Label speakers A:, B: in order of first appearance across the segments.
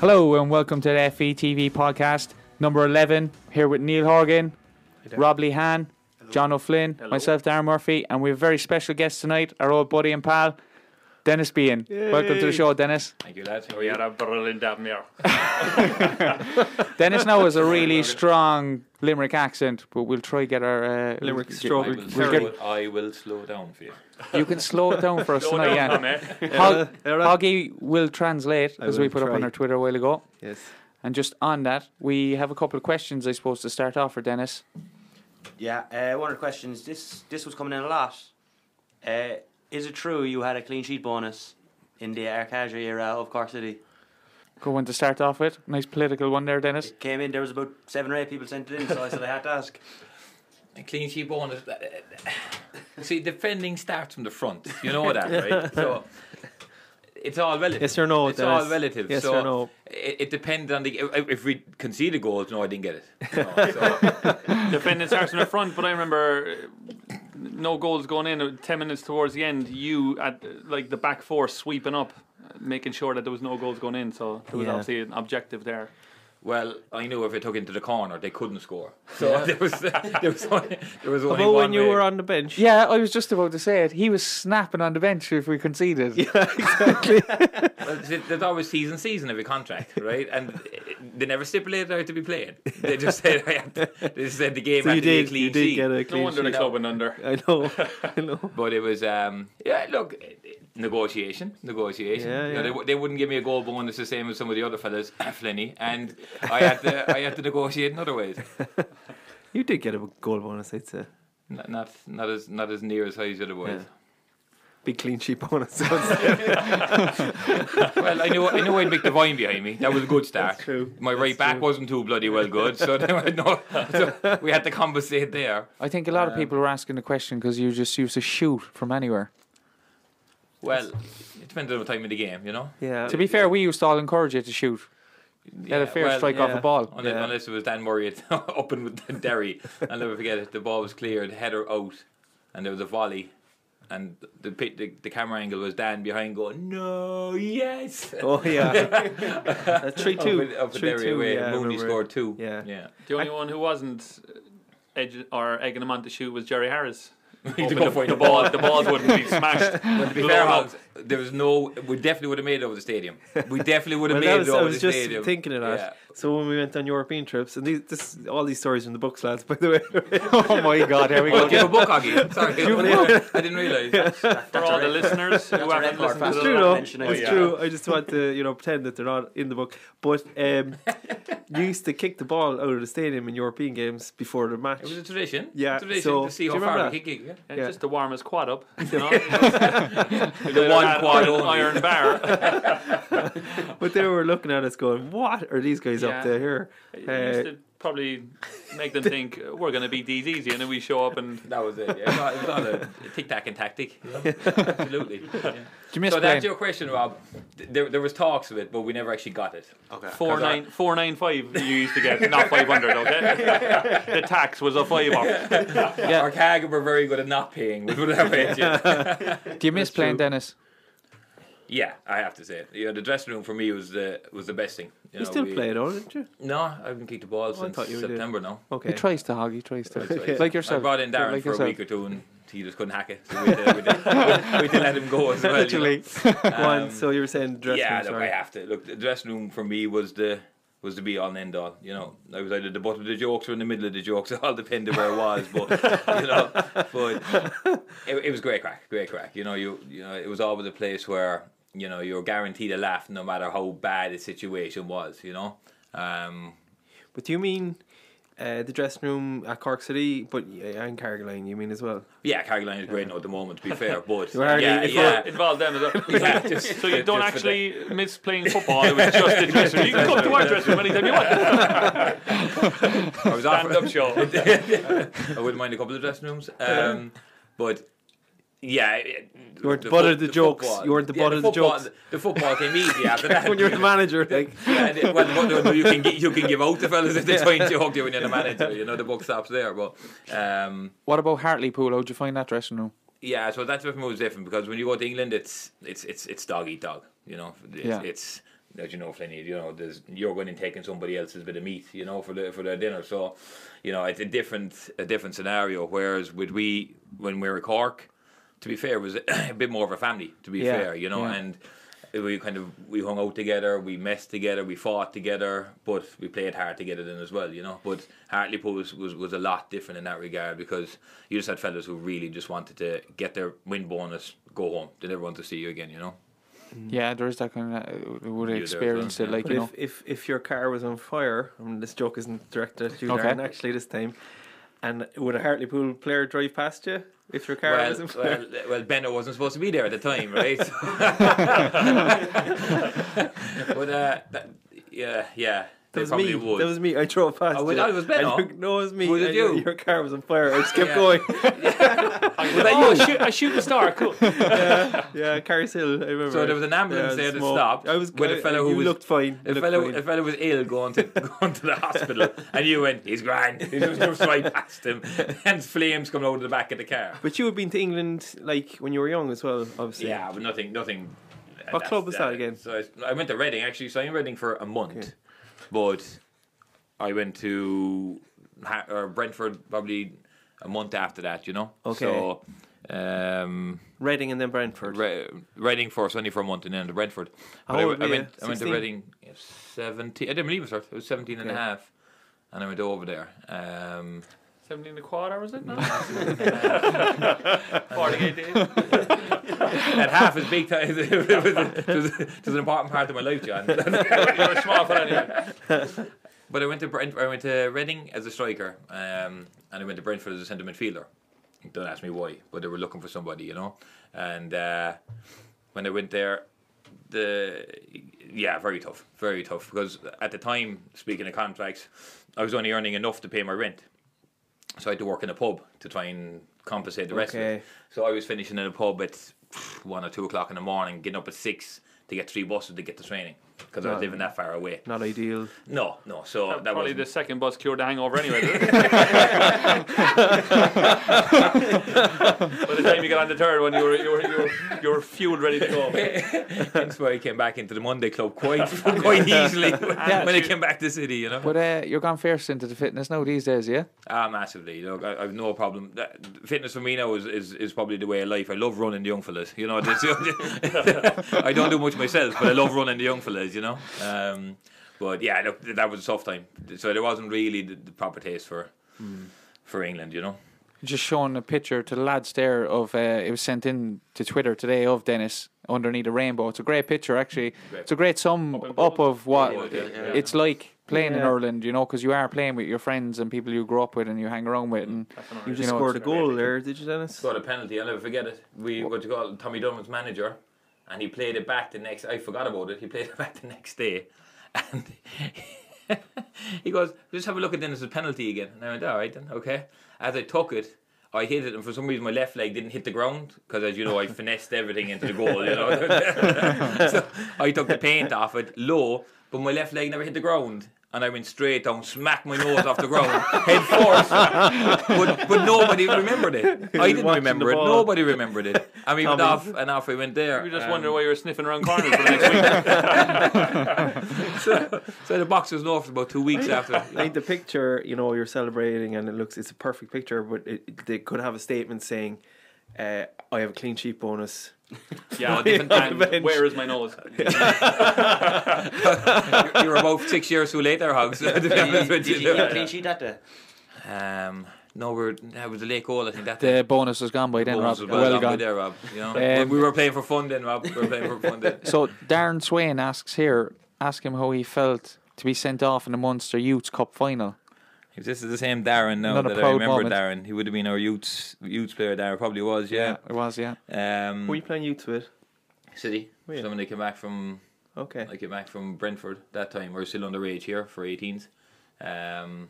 A: Hello and welcome to the FE TV podcast number 11. Here with Neil Horgan, Rob Lee Han, John O'Flynn, myself, Darren Murphy, and we have a very special guest tonight, our old buddy and pal, Dennis Bean. Welcome to the show, Dennis.
B: Thank you, lads.
C: We had a brilliant damn year.
A: Dennis now has a really strong Limerick accent, but we'll try get our. Uh,
D: Limerick
A: we'll-
D: stroke.
A: we'll-
D: I
A: we'll
D: will
A: get-
D: Terrible.
B: I will slow down for you.
A: you can slow it down for us
C: Slow
A: tonight,
C: down,
A: yeah.
C: mate.
A: Hog-
D: Yeah, right.
A: Hoggy will translate,
D: I
A: as we
D: will
A: put up on
D: try.
A: our Twitter a while ago.
D: Yes.
A: And just on that, we have a couple of questions, I suppose, to start off for Dennis.
E: Yeah, uh, one of the questions. This this was coming in a lot. Uh, is it true you had a clean sheet bonus in the Arcadia era of Cork City?
A: Good one to start off with. Nice political one there, Dennis.
E: It came in. There was about seven or eight people sent it in, so I said I had to ask.
B: And clean sheet bonus. See, defending starts from the front. You know that, right? So it's all relative.
D: Yes or no?
B: It's
D: Dennis?
B: all relative.
D: Yes
B: so
D: or no?
B: It, it depends on the. If, if we concede a goal, no, I didn't get it. No, so,
C: Defending starts in the front, but I remember uh, no goals going in. uh, Ten minutes towards the end, you at uh, like the back four sweeping up, uh, making sure that there was no goals going in. So there was
D: Yeah.
C: obviously an objective there.
B: well, I knew if I took into the corner, they couldn't score. So there was there was only, there was only
D: About
B: one
D: when you
B: way.
D: were on the bench.
A: Yeah, I was just about to say it. He was snapping on the bench if we conceded.
B: Well, th- there's always season season every contract, right? And they never stipulated I had to be played. They just said I had to, they just said the game
D: So
B: had
D: you
B: to be a
D: did.
B: clean
D: You did
B: sheet.
D: get a
C: no
D: clean
C: wonder
D: sheet.
C: the club went under.
D: I know. I know.
B: But it was um, yeah. Look, negotiation, negotiation.
D: Yeah,
B: You know,
D: yeah.
B: they, w- they wouldn't give me a goal bonus the same as some of the other fellas, Flinny, and I had to I had to negotiate in other ways.
D: You did get a goal bonus, I'd say.
B: Not not, not as not as near as high as the other boys.
D: Big clean sheet bonus.
B: Well, I knew I knew I'd make the vine behind me. That was a good start.
D: true.
B: My right back wasn't too bloody well good, so, there were no, so we had to compensate there.
A: I think a lot of people were asking the question because you just used to shoot from anywhere.
B: Well, it depends on the time of the game, you know.
D: Uh, yeah.
A: To be fair, we used to all encourage you to shoot. Get a fair
B: well,
A: strike off
D: yeah.
A: a ball.
B: Unless,
D: Yeah.
B: unless it was Dan Murray at- open with Derry. I'll never forget it. The ball was cleared, header out, and there was a volley. And the, pi- the the camera angle was Dan behind going, no, yes.
D: Oh yeah. Uh, three
B: Up
D: two.
B: in- up in
D: Three
B: Derry
D: two,
B: away.
D: yeah, I
B: Mooney
D: remember.
B: scored two.
D: Yeah.
B: yeah.
C: The only one who wasn't uh, edge or egging him on to shoot was Jerry Harris. Hoping
B: go
C: the,
B: for it.
C: the ball, the balls wouldn't be smashed.
B: To be
C: Blown
B: fair,
C: up.
B: Hogs, there was no. We definitely would have made it over the stadium. We definitely would have
D: Well, that
B: made
D: was,
B: it
D: I
B: over
D: was
B: the
D: just
B: stadium.
D: thinking of that.
B: Yeah.
D: So when we went on European trips, and these, this all these stories in the books, lads. By the way,
A: oh my god, here we go.
B: Oh, do you have a book, Hoggy? Sorry, I didn't realise.
C: For all the listeners who
E: That's a red
C: haven't
D: It's
C: listened to
E: card. That's
C: the
D: true, though. It's
E: mention it. Oh, yeah.
D: true. I just want to, you know, pretend that they're not in the book. But um, you used to kick the ball out of the stadium in European games before the match.
B: It was a tradition.
D: Yeah,
B: tradition
D: so-
B: to see
D: do
B: how
D: you
B: far
D: remember
B: we could kick.
C: Yeah,
D: Yeah.
C: Just to warm his quad up. You know?
B: The one quad
C: iron,
B: only.
C: iron bar.
D: But they were looking at us going, "What are these guys
C: Yeah.
D: up there here?"
C: It
D: Uh,
C: used to probably make them think uh, we're going to beat these easy, and then we show up and
B: That was it. Yeah. It was not- It was not a tic tac and tactic. Absolutely.
A: Did you miss
B: So
A: playing?
B: that's your question, Rob. Th- There, there was talks of it, but we never actually got it.
E: Okay.
C: four nine four nine five you used to get, not five hundred. Okay, the tax was a five up.
A: Yeah.
B: Our CAG were very good at not paying. We would have paid you.
A: Do you miss playing,
D: true.
A: Dennis?
B: Yeah, I have to say it. You know, the dressing room for me was the was the best thing. You,
D: you
B: know,
D: still
B: we-
D: play it, all, don't you?
B: No, I haven't kicked the ball
D: I
B: since
D: thought you did.
B: September now.
A: He
D: Okay.
A: tries to hog, he tries to.
B: That's right.
A: Like
B: I
A: yourself.
B: brought in Darren
A: Like
B: for
A: yourself.
B: a week or two, and he just couldn't hack it. So we had to, we had to- we had to let him go as well. you know. Um,
A: Literally.
D: Go on, so you were saying dressing
B: yeah,
D: room,
B: look,
D: sorry.
B: I have to look. The dressing room for me was the was the be all and end all. You know, I was either the butt of the jokes or in the middle of the jokes. It all depended where I was, but you know, but it, it was great crack, great crack. You know, you you know, it was always a place where you know you're guaranteed a laugh no matter how bad the situation was. You know, um,
D: But do you mean uh, the dressing room at Cork City, but yeah, and Carrigaline? You mean as well?
B: yeah, Caroline is great now at the moment. To be fair, but
D: You hardly-
B: yeah,
D: if
B: yeah.
C: Involved them as well.
B: Yeah, just-
C: so you
B: just
C: don't
B: for
C: actually miss playing football. It was just the dressing room. You can come to our dressing room anytime you want.
B: that. I was offered
C: Stand up show.
B: I wouldn't mind a couple of dressing rooms. Um, but yeah, it-
D: You weren't the butt of
B: fut-
D: the jokes.
B: football-
D: You weren't the
B: yeah,
D: butt of the
B: football-
D: jokes.
B: The football came easy after that.
D: when you're the manager, like
B: yeah, the- well, what- no, no, you can gi- you can give out the fellas if they try and joke you when you're the manager. You know the book stops there, but um,
A: What about Hartlepool? How'd you find that dressing room?
B: yeah, so that's what was different because when you go to England, it's it's it's it's dog eat dog. You know, it's,
A: Yeah.
B: it's as you know, Flinny, you know, there's you're going and taking somebody else's bit of meat, you know, for the, for their dinner. So, you know, it's a different a different scenario. Whereas with we when we were at Cork, to be fair, it was a bit more of a family. To be
D: Yeah,
B: fair, you know,
A: yeah.
B: and we kind of we hung out together, we messed together, we fought together, but we played hard together then as well, you know. But Hartlepool was, was, was a lot different in that regard because you just had fellas who really just wanted to get their win bonus, go home. They never want to see you again, you know.
A: Yeah, there is that kind of. Uh, would
B: there as
A: experience
B: well,
A: it
B: yeah.
A: like
D: But
A: you know.
D: if, if if your car was on fire, I mean, this joke isn't directed at you,
A: Okay.
D: Darren, actually, this time. And would a Hartlepool player drive past you if your car was
B: Well,
D: on fire?
B: well, well, Benno wasn't supposed to be there at the time, right? but uh, that, yeah, yeah,
D: that
B: they
D: was me.
B: probably would.
D: That was me. I drove past.
B: Oh, well,
D: you.
B: that was Benno.
D: And you- no, it was me.
B: Was it
D: And your-
B: you?
D: Your car was on fire. I just kept
B: Yeah.
D: going.
C: I, oh, I shoot, I shoot the star. Cool.
D: Yeah, Cars Hill. I remember.
B: So there was an ambulance
D: Yeah,
B: there that
D: smoke.
B: stopped
D: I was
B: with a
D: I-
B: fellow
D: you
B: who was-
D: looked fine.
B: A
D: looked
B: fellow,
D: fine.
B: a fellow was ill going to going to the hospital, and you went. He's grand. He was just right past him, and flames coming out of the back of the car.
D: But you had been to England like when you were young as well, obviously.
B: Yeah, but nothing, nothing.
D: What club was that again?
B: So it's- I went to Reading actually. So I'm in Reading for a month, but I went to ha- or Brentford probably a month after that. You know.
D: Okay.
B: So, um,
D: Reading and then Brentford.
B: Re- Reading for only for a month and then to Brentford.
D: How
B: But I,
D: old
B: w- I
D: were you?
B: went. I went to
D: 16?
B: Reading. yeah, Seventeen. I didn't believe it. Sir. It was 17 and a
D: Okay.
B: half. And I went over there. Um,
C: 17 and a quarter, was it? No. 48 days.
B: and half as big time. it, was, it was- it was an important part of my life, John.
C: You're a small fella anyway.
B: But I went to Brent, I went to Reading as a striker, um, and I went to Brentford as a centre midfielder. Don't ask me why, but they were looking for somebody, you know. And uh, when I went there, the yeah, very tough, very tough. Because at the time, speaking of contracts, I was only earning enough to pay my rent, so I had to work in a pub to try and compensate the rest of it.
D: Okay.
B: So I was finishing in a pub at one or two o'clock in the morning, getting up at six to get three buses to get to training because I was
D: Right.
B: living that far away.
D: Not ideal.
B: No, no. So that
C: Probably
B: was
C: the second bus cured the hangover anyway. didn't it? By the time you got on the third one, you were, you were, you were, you were fueled ready to go.
B: That's why I came back into the Monday club quite quite easily when I
C: Attitude.
B: came back to City, you know.
A: But uh, you're gone first into the fitness now these days, yeah?
B: Ah, massively. Look, I, I've no problem. That, fitness for me now is, is, is probably the way of life. I love running the young fellas, you know. That's- I don't do much myself, but I love running the young fellas, you know. Um, but yeah, look, th- that was a soft time. So there wasn't really the, the proper taste for for England, you know.
A: Just showing a picture to the lads there of uh, it was sent in to Twitter today of Dennis underneath a rainbow. It's a great picture, actually.
B: Great.
A: It's a great sum
C: Up in
A: up,
C: Poland.
A: of what
B: Oh, Yeah, yeah,
E: yeah.
A: it's like playing in
D: Yeah.
A: Ireland, you know, because you are playing with your friends and people you grew up with and you hang around with.
C: Mm.
A: And
D: You just
A: know,
D: scored a
A: it's-
D: goal there, did you, Dennis?
B: Got a penalty. I'll never forget it. We what you call it, Tommy Dunham's manager, and he played it back the next. I forgot about it. He played it back the next day, and he goes, "Just have a look at Dennis's penalty again." And I went, "All right then, okay." As I took it. I hit it, and for some reason my left leg didn't hit the ground because, as you know, I finessed everything into the goal. You know, so I took the paint off it low, but my left leg never hit the ground, and I went straight down, smacked my nose off the ground, head first, but, but nobody remembered it. I didn't
D: watching
B: remember
D: the
B: it.
D: ball.
B: Nobody remembered it. And we went
D: Tommy.
B: off and off we went there.
C: You just
B: Um,
C: wonder why you were sniffing around corners for the next week.
B: so, so the box was north about two weeks after.
D: I think the picture, you know, you're celebrating and it looks, it's a perfect picture, but it, they could have a statement saying, uh, I have a clean sheet bonus.
B: No,
C: Yeah,
B: different
D: on the
B: time.
D: bench.
C: where is my nose?
B: you were about six years too late there, Hogs. to be honest
E: Did
B: with
E: you
B: you.
E: get a clean sheet that day?
B: Um, no, we were, that was the lake goal, I think that day.
A: The bonus was gone by then,
B: Bones
A: Rob.
B: was
A: Well,
B: well
A: gone.
B: gone. There, Rob. You know?
A: Um,
B: we were playing for fun then, Rob. We were playing for fun then.
A: So Darren Swain asks here, ask him how he felt to be sent off in the Munster Youths Cup final.
B: If this is the same Darren now
A: Not a
B: that I
A: proud
B: remember,
A: moment.
B: Darren, he would have been our youths, youths player, Darren. Probably was, yeah.
A: It was, yeah.
B: Um,
D: Were you playing you to it?
B: City.
D: Were you?
B: Someone that came back from
D: Okay.
B: I came back from Brentford that time. We are still underage here for 18s. Um,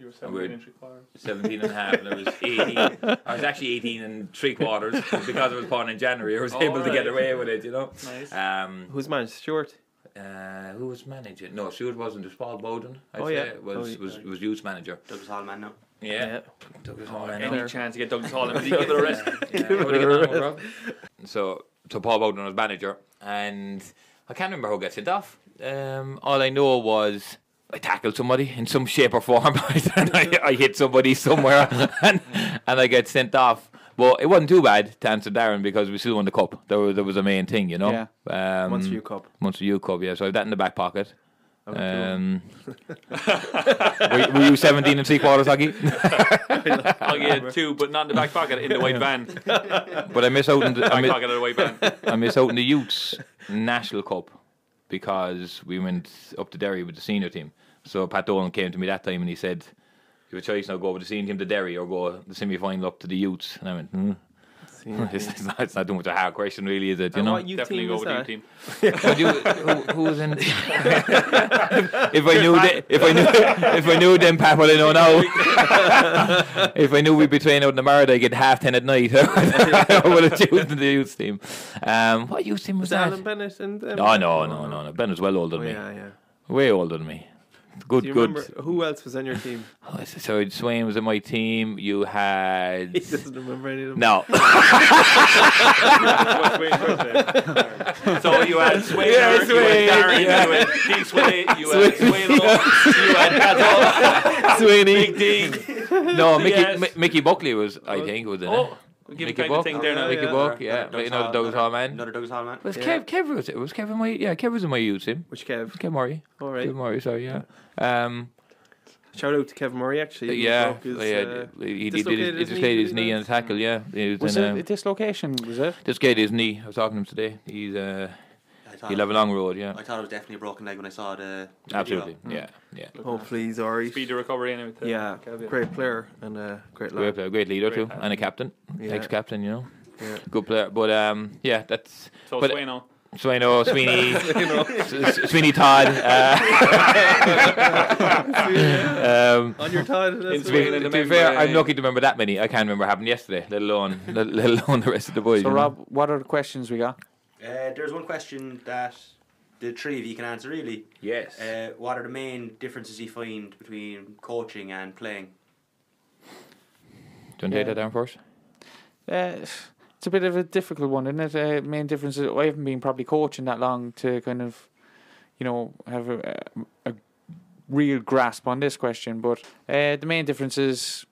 C: You were
B: 17
C: inch required.
B: 17 and a half, and I was 18. I was actually 18 and three quarters because I was born in January. I was able to get
C: Alright.
B: away with it, you know.
C: Nice.
B: Um,
D: Who's managed? Stewart?
B: uh, who was managing? No, Stuart wasn't. It was Paul Bowden, I'd
D: Oh,
B: say,
D: yeah.
B: was,
D: Oh,
B: was, was youth manager.
E: Douglas Hallman now.
B: Yeah. Douglas Horan,
C: Any
B: no?
C: chance to get Douglas Hall in, give it a rest.
B: Yeah, what do you get on with, Rob? So, so Paul Bowden was manager, and I can't remember who got sent off. Um, all I know was I tackled somebody in some shape or form, and I, I hit somebody somewhere, and, and I got sent off. But it wasn't too bad to answer Darren because we still won the cup. That was, that was the main thing, you know. Yeah. Um,
D: Once you cup.
B: Monster U Cup, yeah. So I have that in the back pocket.
D: Okay,
B: Um, were, were you 17 and three quarters hockey?
C: I'll get two, but not in the back pocket, in the white van. Back
B: but I miss out on the, I, miss,
C: pocket of the white van.
B: I miss out on the youths national cup because we went up to Derry with the senior team. So Pat Dolan came to me that time and he said, "You have a choice now: go with the senior team to Derry or go the semi final up to the youths." And I went, hmm. it's, it's not, "It's not too much a hard question, really, is it?" You
D: And
B: know,
D: what youth
C: Definitely
D: team
C: go
D: was
C: with your
D: that?
C: team.
B: Would you, who, who was in? if I knew, the, if I knew, if I knew, then Pat, what I know now. if I knew we'd be training out in the Marada, I'd get half ten at night. I would have chosen the youth team. Um, what youth team was,
D: Was it Alan
B: that?
D: Bennett and um,
B: No, no, no, no, no. Ben was well older
D: Oh,
B: than me.
D: yeah, yeah.
B: Way older than me. Good,
D: Do you
B: good.
D: remember who else was on your team?
B: Oh, so Swain was in my team. You had
D: He doesn't remember any of them.
B: no.
C: So you had Sway,
B: Yeah,
C: you
B: Sway,
C: had Darren,
B: yeah.
C: you had D Sway, you had Sway you had Pazzo,
B: Sweeney.
C: Big D.
B: No, Mickey,
C: Yes.
B: Mi- Mickey Buckley was. I think was in it.
C: Oh, give
B: Mickey
C: kind of
B: Buck.
C: thing there now.
B: Mickey
D: yeah.
B: Buck, yeah.
E: Another
B: But you know the Douglas Hall man.
E: Another Douglas Hall man.
B: Was
D: Yeah.
B: Kev Kev was it? Was Kev in my yeah, Kev was in my youth team.
D: Which Kev?
B: Kev Murray.
D: All
B: Kev
D: right.
B: Murray, sorry, yeah. Um
D: Shout out to Kevin Murray, actually. He
B: yeah,
D: broke his,
B: yeah,
D: uh,
B: he, he
D: dislocated
B: did his, he
D: his knee,
B: dislocated his
D: didn't he,
B: knee
D: man?
B: in a tackle, yeah. He was
A: Was
B: in,
A: it
B: um,
A: a dislocation? Was it?
B: dislocated his knee. I was talking to him today. He's uh
E: I thought,
B: he'll have a long road, yeah.
E: I thought it was definitely a broken leg when I saw the. the
B: Absolutely.
E: video.
B: Yeah. Yeah.
D: Hopefully he's alright.
C: Speed to recovery anyway. too.
D: Yeah,
C: Kev, Oh, yeah.
D: great player and a great
B: Great
D: lad.
B: player, great leader
C: Great
B: too,
C: player.
B: and a captain.
D: Yeah.
B: Ex captain, you know.
D: Yeah.
B: Good player. But um yeah, that's
C: So
B: But-
C: Sway now.
B: Sweno, Sweeney S- S- Sweeney Todd. Uh, um
D: On your time, that's
C: It's
B: To
D: right.
C: been-
B: be,
C: in the
B: to be
C: men
B: fair,
C: by-
B: I'm lucky to remember that many. I can't remember what happened yesterday, let alone let, let alone the rest of the boys.
A: So,
B: you know.
A: Rob, what are the questions we got?
E: Uh, there's one question that the three of you can answer really.
B: yes.
E: Uh, what are the main differences you find between coaching and playing?
B: Do you want to take that down first?
A: Uh, it's a bit of a difficult one, isn't it? Uh, main difference is I haven't been probably coaching that long to kind of, you know, have a, a, a real grasp on this question. But uh, the main difference is,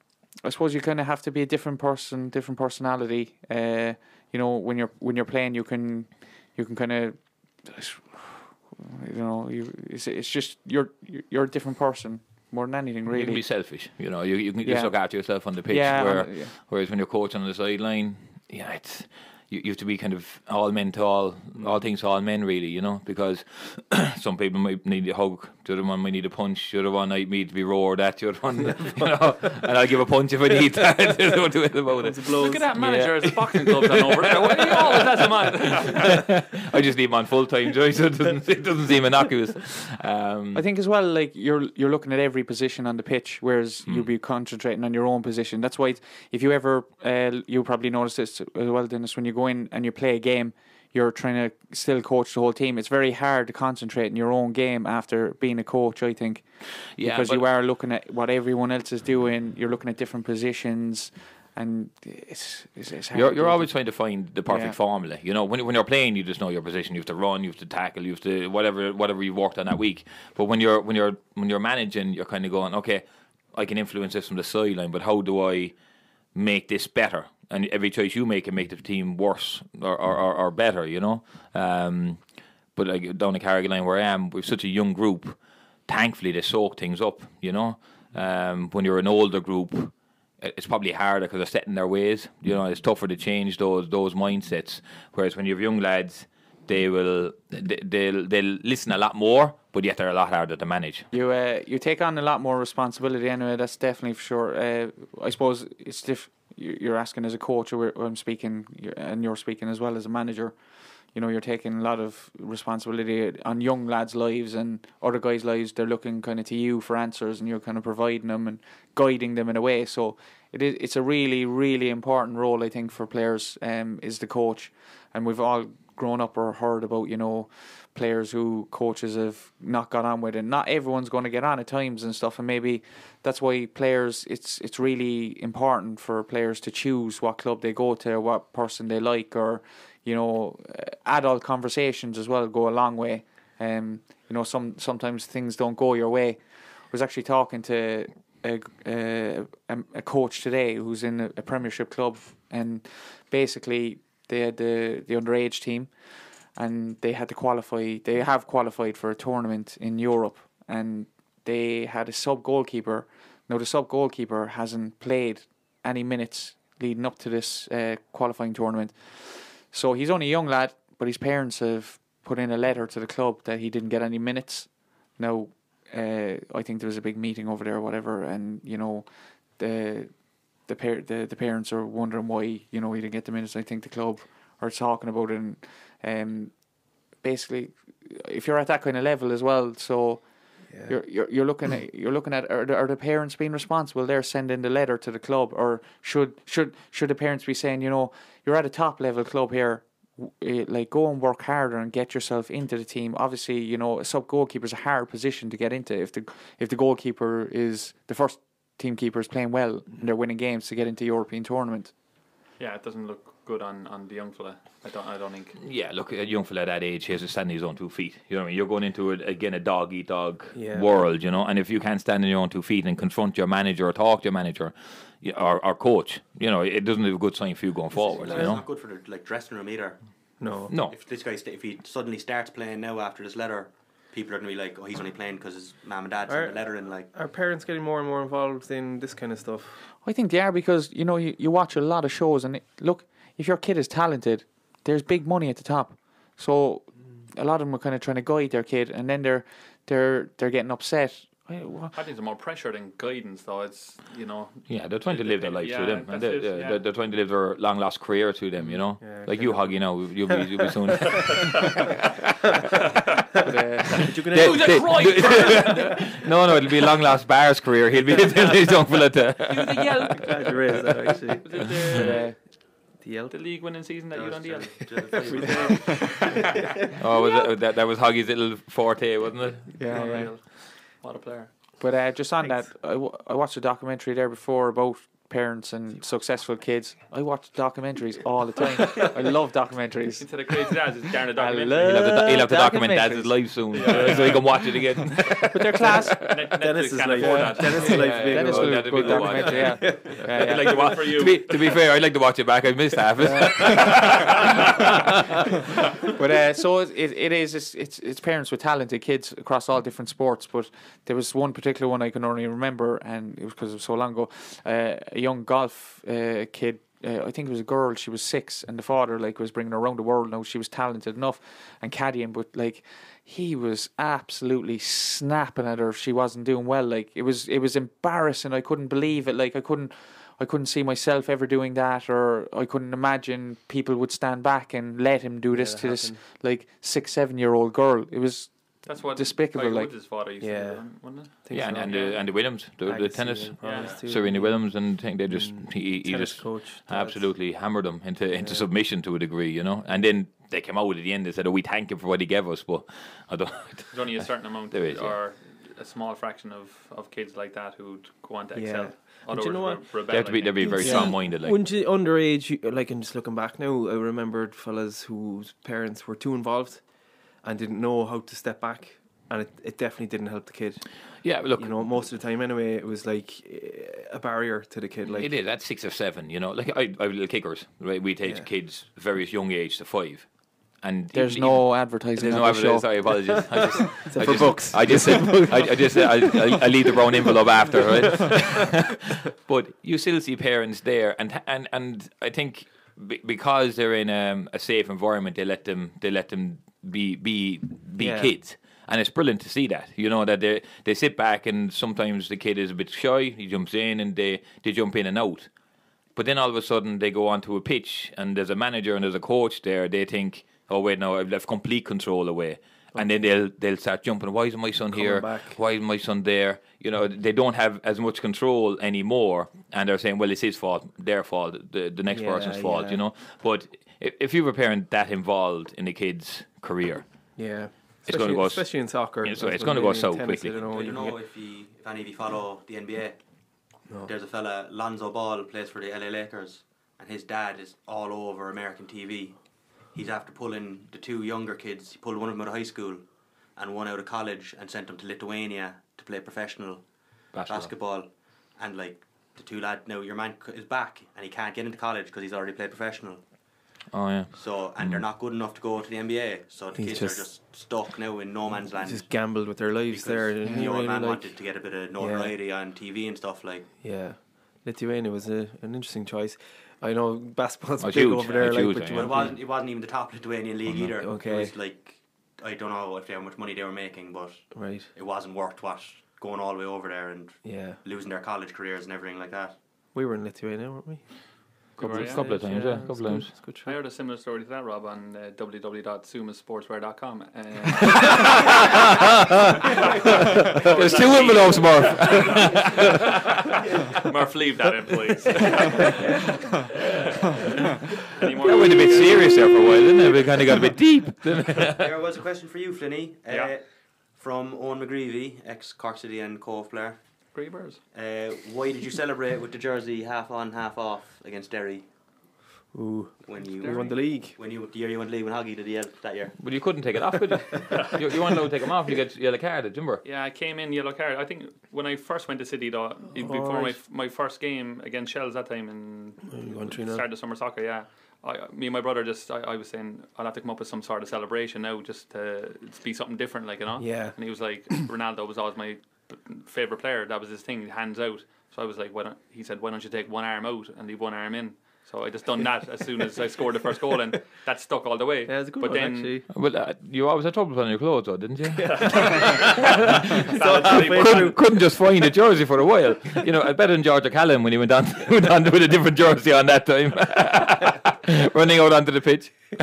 A: I suppose you kind of have to be a different person, different personality. Uh, you know, when you're when you're playing, you can, you can kind of, you know, you it's, it's just you're you're a different person more than anything,
B: You can be
A: really.
B: selfish. You know, you, you can just
A: Yeah.
B: look after yourself on the pitch.
A: yeah,
B: where,
A: I'm- yeah.
B: whereas when you're coaching on the sideline, yeah, it's you, you have to be kind of all men to all, all things to all men, really. You know, because some people might need a hug, the other one might need a punch, the other one might need to be roared at, the other one, you know, and I'll give a punch if I need that. There's no two ways about
D: It's
B: it.
D: a blows.
C: Look at that
B: manager,
C: manager as a boxing gloves on over there. What are you always as a man?
B: I just need him on full time, Joy, so it doesn't, it doesn't seem innocuous. Um,
A: I think as well, like you're you're looking at every position on the pitch, whereas
B: Hmm.
A: you'll be concentrating on your own position. That's why it's- if you ever uh, you probably notice this as well, Dennis, when you go in and you play a game, you're trying to still coach the whole team. It's very hard to concentrate in your own game after being a coach. I think
B: yeah,
A: because
B: but-
A: you are looking at what everyone else is doing. You're looking at different positions, and it's it's, it's hard.
B: You're,
A: to
B: you're
A: do.
B: always trying to find the perfect
A: Yeah.
B: formula. You know, when, when you're playing, you just know your position. You have to run, you have to tackle, you have to whatever whatever you worked on that week. But when you're when you're when you're managing, you're kind of going, okay, I can influence this from the sideline, but how do I make this better? And every choice you make can make the team worse or or, or, or better. You know, um, but like down in Carrigaline where I am, we've such a young group. Thankfully, they soak things up. You know, um, when you're an older group it's probably harder because they're set in their ways. You know, it's tougher to change those those mindsets. Whereas when you have young lads, they will they, they'll they'll listen a lot more, but yet they're a lot harder to manage.
A: You uh, you take on a lot more responsibility anyway. That's definitely for sure. Uh, I suppose it's diff. you- You're asking as a coach, or we're- I'm speaking, you- and you're speaking as well as a manager. You know, you're taking a lot of responsibility on young lads' lives and other guys' lives. They're looking kind of to you for answers, and you're kind of providing them and guiding them in a way. So it is. It's a really, really important role I think for players. Um, is the coach, and we've all grown up or heard about you know players who coaches have not got on with and not everyone's going to get on at times and stuff and maybe that's why players it's it's really important for players to choose what club they go to what person they like or you know uh, adult conversations as well go a long way um you know, some sometimes things don't go your way. I was actually talking to a a, um, a coach today who's in a, a Premiership club, and basically they had the the underage team, and they had to qualify. They have qualified for a tournament in Europe, and they had a sub goalkeeper. Now the sub goalkeeper hasn't played any minutes leading up to this uh, qualifying tournament, so he's only a young lad. But his parents have put in a letter to the club that he didn't get any minutes. Now, uh, I think there was a big meeting over there, or whatever, and you know, the the par- the, the parents are wondering why you know he didn't get the minutes. I think the club are talking about it, and um, basically, if you're at that kind of level as well, so.
D: Yeah.
A: You're, you're you're looking at you're looking at are the, are the parents being responsible? They're sending the letter to the club, or should should should the parents be saying, you know, you're at a top level club here, w- eh, like go and work harder and get yourself into the team. Obviously, you know, a sub goalkeeper is a hard position to get into if the if the goalkeeper is the first team keeper is playing well and they're winning games to get into European tournament.
C: Yeah, it doesn't look good on, on the young fella. I don't. I don't think.
B: Yeah, look, a young fella at that age, he has to stand on his own two feet. You know what I mean? You're going into, a, again, a dog eat dog
D: Yeah.
B: world, you know? And if you can't stand on your own two feet and confront your manager or talk to your manager y- or, or coach, you know, it doesn't have a good sign for you going forward, you
E: it's
B: know?
E: not good for the like dressing room either.
D: No.
B: No.
E: If this guy, sta if he suddenly starts playing now after this letter, people are gonna be like, "Oh, he's only playing because his mom and dad sent
D: Or-
E: the letter in." Like,
D: Are parents getting more and more involved in this kind of stuff?
A: I think they are because you know you, you watch a lot of shows and it, look if your kid is talented, there's big money at the top. So a lot of them are kind of trying to guide their kid, and then they're they're they're getting upset. I- wha-
C: I think there's more pressure than guidance, though. It's you know.
B: Yeah, they're trying to live their life
C: Yeah,
B: through them.
C: that's
B: And they're,
C: it,
B: they're-
C: yeah.
B: they're, they're trying to live their long lost career through them, you know?
D: Yeah,
B: like you, Hoggy, now, you'll be, you'll be soon.
A: But, uh,
D: But you can
B: They-
D: end up,
B: they- no, no, it'll be a long lost Bar's career. He'll be telling his young fella to.
D: glad you raised that actually.
C: Was it the,
A: uh,
D: The yelp.
C: the league winning season that you done the yell?
B: Oh, was that, that, that was Hoggy's little forte, wasn't it?
A: yeah, yeah.
C: What a player.
A: But uh, just on
D: Thanks.
A: that, I, w- I watched a documentary there before about parents and successful kids. I watch documentaries all the time. I love documentaries.
C: Into the crazy dads is Darren a documentary.
A: love-
B: He'll have to, he'll have to
A: Uh,
B: document that
A: documentaries.
B: as live soon so he can watch it again.
A: But they're class.
C: Net- Netflix
D: Dennis is
C: can't
D: like
C: afford that.
D: Dennis is like being
A: That is
B: good.
A: a
B: That'd be
A: good
B: the one.
A: documentary. Yeah. Yeah,
B: I'd
A: yeah.
B: like to watch.
C: for
B: To
C: you.
B: be, to be fair, I'd like to watch it back. I missed half it.
A: but uh, so it, it it is it's, it's it's parents with talented kids across all different sports. But there was one particular one I can only remember, and it was because it was so long ago. Uh, a young golf uh, kid. Uh, I think it was a girl. She was six, and the father like was bringing her around the world. Now she was talented enough and caddying, but like he was absolutely snapping at her. if She wasn't doing well. Like it was it was embarrassing. I couldn't believe it. Like I couldn't I couldn't see myself ever doing that, or I couldn't imagine people would stand back and let him do this
D: that
A: to this
D: happened.
A: like six, seven year old girl. It was
C: That's what
A: Despicable,
C: Tiger
A: like-
C: Woods' father used
D: Yeah.
C: to do, wasn't it?
B: yeah, and, and, the, and the Williams, the, the tennis,
C: Yeah.
B: Serena Williams, and thing, they just he, he
D: Mm. tennis
B: just
D: coach.
B: absolutely hammered them into into submission to a degree, you know. And then they came out at the end and said, "Oh, we thank him for what he gave us," but I don't.
C: There's only a certain amount
B: There is, yeah.
C: or a small fraction of, of kids like that who'd go on to
D: Yeah.
C: excel.
D: And do you know what?
C: Rebel,
B: They have to be
C: I
B: they be
C: think.
B: very
D: Yeah.
B: strong minded. Like
D: Wouldn't you underage? You, like, and just looking back now, I remembered fellas whose parents were too involved and didn't know how to step back, and it, it definitely didn't help the kid.
B: yeah, look,
D: You know, most of the time anyway, it was like eh, a barrier to the kid. Like,
B: it is at six or seven, you know. Like I, I have little kickers. Right, we teach
D: Yeah.
B: kids various young age to five, and
A: there's
B: even-
A: no advertising.
B: There's
A: on
B: no
A: the
B: evidence.
A: Show.
B: Sorry, apologies. I just,
D: for
B: I just,
D: books.
B: I just said, I, I just said, I, I, I leave the brown envelope after, right? but you still see parents there, and and and I think be- because they're in um, a safe environment, they let them they let them be be be
D: Yeah.
B: kids. And it's brilliant to see that, you know, that they they sit back and sometimes the kid is a bit shy, he jumps in and they, they jump in and out. But then all of a sudden they go onto a pitch and there's a manager and there's a coach there. They think, oh wait, no, I've left complete control away. And then they'll they'll start jumping. Why is my son here?
D: back. Mm.
B: Why is my son there? You know, they don't have as much control anymore, and they're saying, well, it's his fault, their fault, the the next
D: Yeah,
B: person's fault.
D: yeah.
B: You know, but if, if you were a parent that involved in a kid's career,
D: yeah,
B: It's gonna go s-
D: especially in soccer.
B: Yeah,
D: I
B: so it's
D: suppose,
B: gonna go
D: maybe in
B: so
D: tennis,
B: quickly.
D: I don't know,
E: I
D: you
E: don't
D: can
E: know if, you, if any of you follow the NBA.
D: No.
E: There's a fella, Lonzo Ball, plays for the LA Lakers, and his dad is all over American TV. He's after pulling the two younger kids. He pulled one of them out of high school and one out of college and sent him to Lithuania to play professional
B: Basketball.
E: basketball. And like the two lad, now your man c- is back and he can't get into college because he's already played professional.
B: Oh yeah.
E: So and they're not good enough to go to the NBA. So the
D: Hmm. He's
E: kids
D: just-
E: are just stuck now in no man's land.
D: just gambled with their lives
E: because
D: there.
E: the
D: didn't he,
E: old
D: really,
E: man
D: like?
E: wanted to get a bit of notoriety on TV and stuff like.
D: Yeah, Lithuania was a, an interesting choice. I know basketball's
B: It's
D: big
B: huge.
D: over there,
B: It's
D: like,
B: huge,
D: but you
B: yeah.
E: But
D: would-
E: it wasn't. It wasn't even the top Lithuanian league either.
D: Okay.
E: It was like I don't know if they, how much money they were making, but
D: right?
E: it wasn't worth what going all the way over there and
D: Yeah,
E: losing their college careers and everything like that.
D: we were in Lithuania, weren't we?
C: Couple-
D: Yeah.
C: couple
B: of times, yeah,
D: it's
B: couple of
D: good-
B: times.
D: it's good
C: I
D: trip.
C: heard a similar story to that, Rob, on uh, www.sumasportswear.com. Uh,
B: There's two envelopes, Murph.
C: Murph, leave that in, please. Any more?
B: That went a bit serious there for a while, didn't it? We kind of got a bit deep. Didn't it?
E: there was a question for you, Flinny. Uh,
C: Yeah.
E: From Owen McGreevy, ex Cork City and Cove player.
C: Grievers.
E: Uh, why did you celebrate with the jersey half on, half off against Derry
D: Ooh,
E: when you
D: we won the league.
E: when you the year you went to league when Hoggy did the L that year?
B: But you couldn't take it off, could you? you? You weren't allowed to take them off. You get yellow carded, remember?
C: Yeah, I came in yellow card. I think when I first went to City, though,
D: Oh.
C: it- before my,
D: Alright.
C: f- my first game against Shells that time in
D: We won three
C: start of summer soccer, yeah. I, me and my brother just, I, I was saying, I'll have to come up with some sort of celebration now just to be something different, like, you know?
D: Yeah,
C: And he was like, Ronaldo was always my favorite player. That was his thing, hands out. So I was like, why don't? He said, why don't you take one arm out and leave one arm in? So I just done that as soon as I scored the first goal, and that stuck all the way.
D: yeah, it's a good
C: but
D: one
C: then
D: actually.
B: Well, uh, you always had trouble finding your clothes, though, didn't you?
C: Salah did it, but-
B: couldn't, couldn't just find a jersey for a while. You know, better than George O'Callaghan when he went on, went on with a different jersey on that time, running out onto the pitch.
C: but,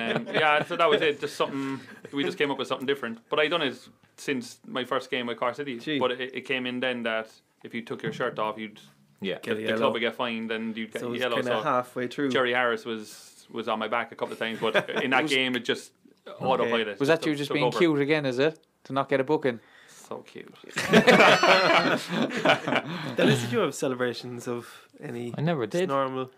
C: um, yeah, so that was it. Just something we just came up with something different. But I done it since my first game with Car City.
D: Gee.
C: But it, it came in then that if you took your shirt off, you'd
B: Yeah,
D: Get a
C: the
D: yellow.
C: club would get fined and you'd get
D: so it was
C: yellow.
D: kind
C: So
D: of halfway through.
C: Jerry Harris was was on my back a couple of times, but in that game it just autopilot.
A: Was that you
C: took-
A: just
C: took
A: being
C: over.
A: cute again, is it? To not get a booking?
C: So cute.
D: Dennis, did you have celebrations of any?
B: I never
D: It's
B: did.
D: normal.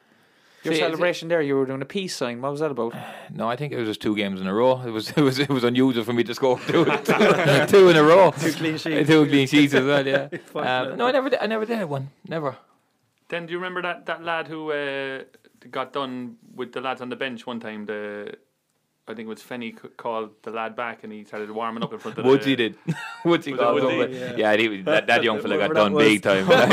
A: Your
B: See, it's-
A: celebration there, you were doing a peace sign. What was that about?
B: No, I think it was just two games in a row. It was it was it was unusual for me to score two, two, two in a row.
D: Two clean sheets.
B: Two clean sheets as well. Yeah.
D: Fuck
B: Um, no, I never did. I never did one. Never.
C: Then do you remember that, that lad who uh, got done with the lads on the bench one time? The I think it was Fenny c- called the lad back and he started warming up in front of
B: Woodsy
C: the.
B: did. Woodsy
C: uh, Was it
B: got
C: Woodsy?
B: over.
D: Yeah.
B: Yeah, and he, that, that young fella got
D: Whatever that
B: done big time. that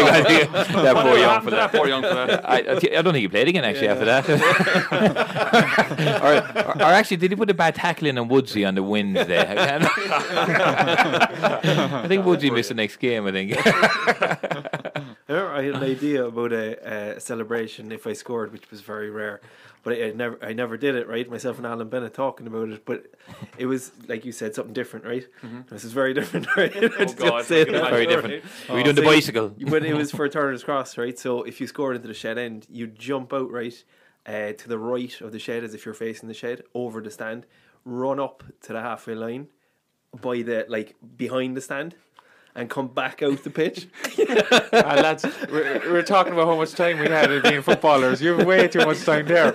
C: What
B: poor young
C: happened
B: fella.
C: to that poor young fella.
B: I, I thi- I don't think he played again actually after that. or, or, or actually, did he put a bad tackle in on Woodsy on the Wednesday? I can't- I think Woodsy missed the next game. I think.
D: I remember I had an idea about a, a celebration if I scored, which was very rare, but I, I never, I never did it. Right, myself and Alan Bennett talking about it, but it was like you said, something different, right? This is very different, right? I just
C: Oh, God,
D: gotta say
C: I can
D: that,
B: Mm-hmm. Very
C: imagine.
D: right?
B: different.
C: Oh,
B: we doing
D: So
B: the
D: you-
B: bicycle.
D: but it was for Turner's Cross, right? So if you scored into the shed end, you jump out right uh, to the right of the shed as if you're facing the shed over the stand, run up to the halfway line by the like behind the stand, and come back out the pitch.
A: Ah, lads, we're, we're talking about how much time we had in being footballers. You have way too much time there.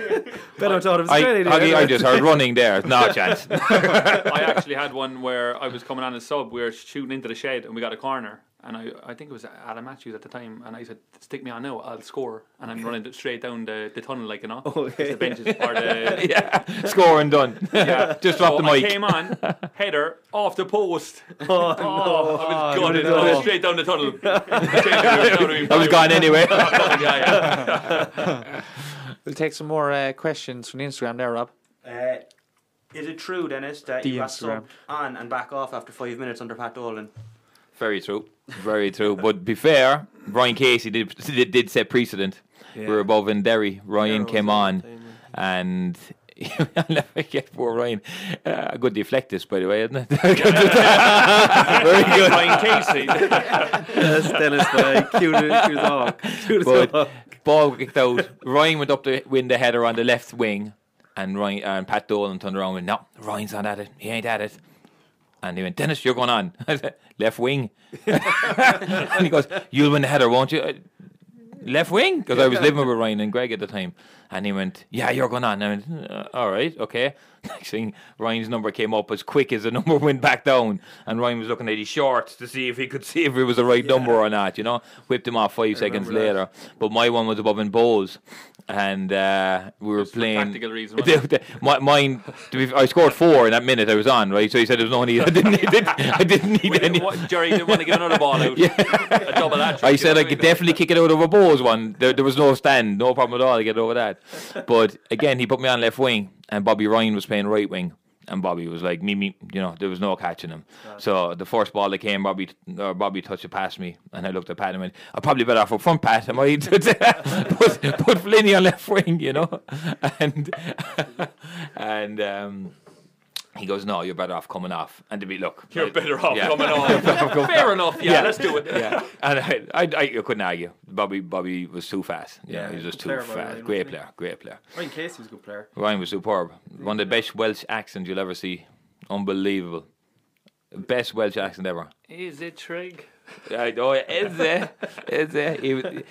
D: But I thought it was a
B: I,
D: great idea.
B: Huggy, I just heard running there. No chance.
C: I actually had one where I was coming on a sub. We were shooting into the shed and we got a corner. And I, I think it was Adam Matthews at the time. And I said, stick me on now, I'll score. And I'm running straight down the, the tunnel, like, you know.
D: Oh, yeah.
C: Just the benches are the.
B: yeah, score and done. just drop
C: So
B: the
C: I
B: mic.
C: came on, header, off the post.
D: Oh,
C: Oh, I was gutted.
D: no.
C: I went straight down the tunnel. I
B: I was gone anyway.
C: yeah,
A: We'll take some more uh, questions from the Instagram there, Rob.
E: Uh, is it true, Dennis, that
A: The
E: you got
A: Instagram.
E: subbed on and back off after five minutes under Pat Dolan?
B: Very true. Very true. But be fair, Brian Casey did did, did set precedent. We were above in Derry. Ryan came on. and I'll never get poor Ryan. Uh, a good deflect this, by the way, isn't it? Very
C: yeah.
B: good.
C: Brian Casey.
D: Yes, Dennis, but I cued it cued off. Cued it
B: But-
D: off.
B: Ball kicked out. Ryan went up to win the header on the left wing, and Ryan and Pat Dolan turned around and went, "No, Ryan's not at it. He ain't at it." And he went, "Dennis, you're going on." I said, "Left wing," and he goes, "You'll win the header, won't you?" I- Uh, left wing because I was living with Ryan and Greg at the time, and he went, "Yeah, you're going on." And I went, "Uh, "All right, okay." Next thing, Ryan's number came up as quick as the number went back down, and Ryan was looking at his shorts to see if he could see if it was the right number or not. You know, whipped him off five seconds
D: remember
B: later.
D: that.
B: But my one was above in bows, and uh, we were
C: Just for
B: playing.
C: tactical reason, wasn't it?
B: The- my, mine, to be, f- I scored four in that minute I was on, right? So he said there was no need. I didn't need, it. I didn't need any.
C: What, Jerry didn't want to get another ball out. A double that.
B: I
C: trick, you
B: said
C: know
B: I
C: what
B: could
C: mean?
B: definitely kick it out of a Bowes one. There, there was no stand, no problem at all to get over that. But again, he put me on left wing, and Bobby Ryan was playing right wing. And Bobby was like, me, me, you know, there was no catching him. So the first ball that came, Bobby, or Bobby touched it past me, and I looked at Pat and went, "I probably better off a front pat, am I?" put put Flinney on left wing, you know, and and um, he goes, "No, you're better off coming off." And to be look,
C: You're
B: I-
C: better off
B: Yeah.
C: coming on. Fair enough. Yeah,
B: Yeah.
C: let's do it.
B: yeah, and I, I, I couldn't argue. Bobby, Bobby was too fast. Yeah,
D: Yeah,
B: he was just
D: good
B: too
D: player, Bobby
B: fast.
D: Ryan,
B: great
D: wasn't he?
B: player, great player.
D: Ryan Casey was a good player.
B: Ryan was superb. One of the best Welsh accents you'll ever see. Unbelievable. Best Welsh accent ever.
C: Is it trig?
B: I know it is there, is there.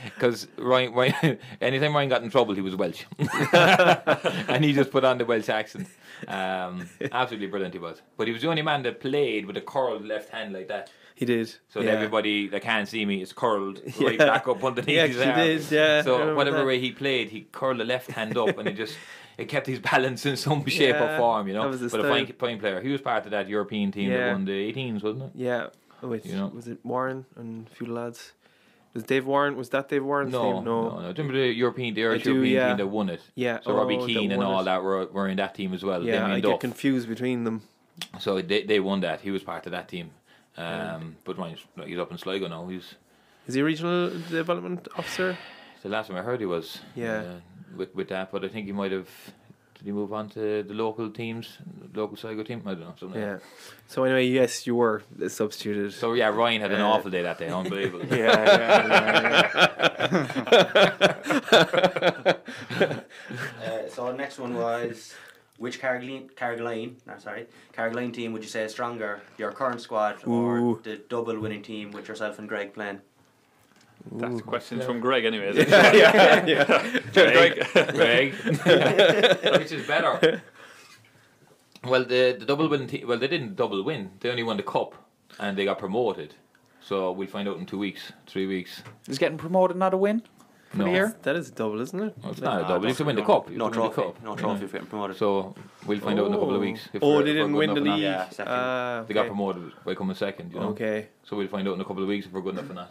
B: Because Ryan, Ryan, anytime Ryan got in trouble, he was Welsh, and he just put on the Welsh accent. Um, absolutely brilliant he was. But he was the only man that played with a curled left hand like that.
D: He did.
B: So
D: yeah.
B: that everybody that can't see me is curled right
D: Yeah.
B: back up underneath
D: He
B: his
D: actually
B: arm.
D: did, yeah, I
B: so
D: remember
B: whatever
D: that.
B: way he played, he curled the left hand up and it just it kept his balance in some shape or
D: Yeah,
B: form, you know.
D: that was his
B: but a
D: style.
B: fine, fine player. He was part of that European team that
D: Yeah.
B: won the 18s, wasn't it?
D: Yeah. Oh, wait,
B: You know.
D: was it Warren and a few lads? Was Dave Warren? Was that Dave Warren's
B: No,
D: team?
B: no, no. Do you remember the European, the Irish
D: do,
B: European
D: yeah.
B: team that won it?
D: Yeah.
B: So Robbie
D: oh,
B: Keane and
D: won
B: all
D: it.
B: that were, were in that team as well.
D: Yeah, I
B: Damien
D: get
B: Duff.
D: confused between them.
B: so they, they won that. He was part of that team. Um, but Ryan's, he's up in Sligo now. He's
D: Is he a regional development officer?
B: The last time I heard he was.
D: Yeah.
B: uh, with, with that, but I think he might have. Did he move on to the local teams, local Sligo team? I don't know. Something Like
D: Yeah. So anyway, yes, you were substituted.
B: that. So yeah, Ryan had an
D: Uh,
B: awful day that day. Unbelievable.
D: yeah, yeah, yeah, yeah.
E: Uh, so the next one was which Carrigaline, Carrigaline, no, sorry, Carrigaline team would you say is stronger, your current squad or
D: Ooh.
E: the double winning team with yourself and Greg playing?
C: That's questions from Greg, anyway. is it?
D: yeah, yeah, yeah.
B: Greg, Greg, which is better? Well, the the double win. Te- well, they didn't double win. They only won the cup, and they got promoted. So we'll find out in two weeks, three weeks.
A: Is getting promoted not a win for
B: No.
A: the year?
D: That is a double, isn't it?
B: Well, it's not a
E: Ah,
B: double. You have to
E: that's
B: win the
E: no-
B: cup. You
E: No
B: have to win the
E: trophy.
B: cup.
E: No trophy if getting promoted.
B: So we'll find out in a couple of weeks. if
D: oh,
B: we're-
D: they
B: if we're
D: didn't
B: good
D: win the
B: enough or not.
D: league.
E: Yeah, second.
D: Ah,
B: They got
D: okay.
B: promoted by coming second, you know.
D: Okay,
B: So we'll find out in a couple of weeks if we're good enough or not.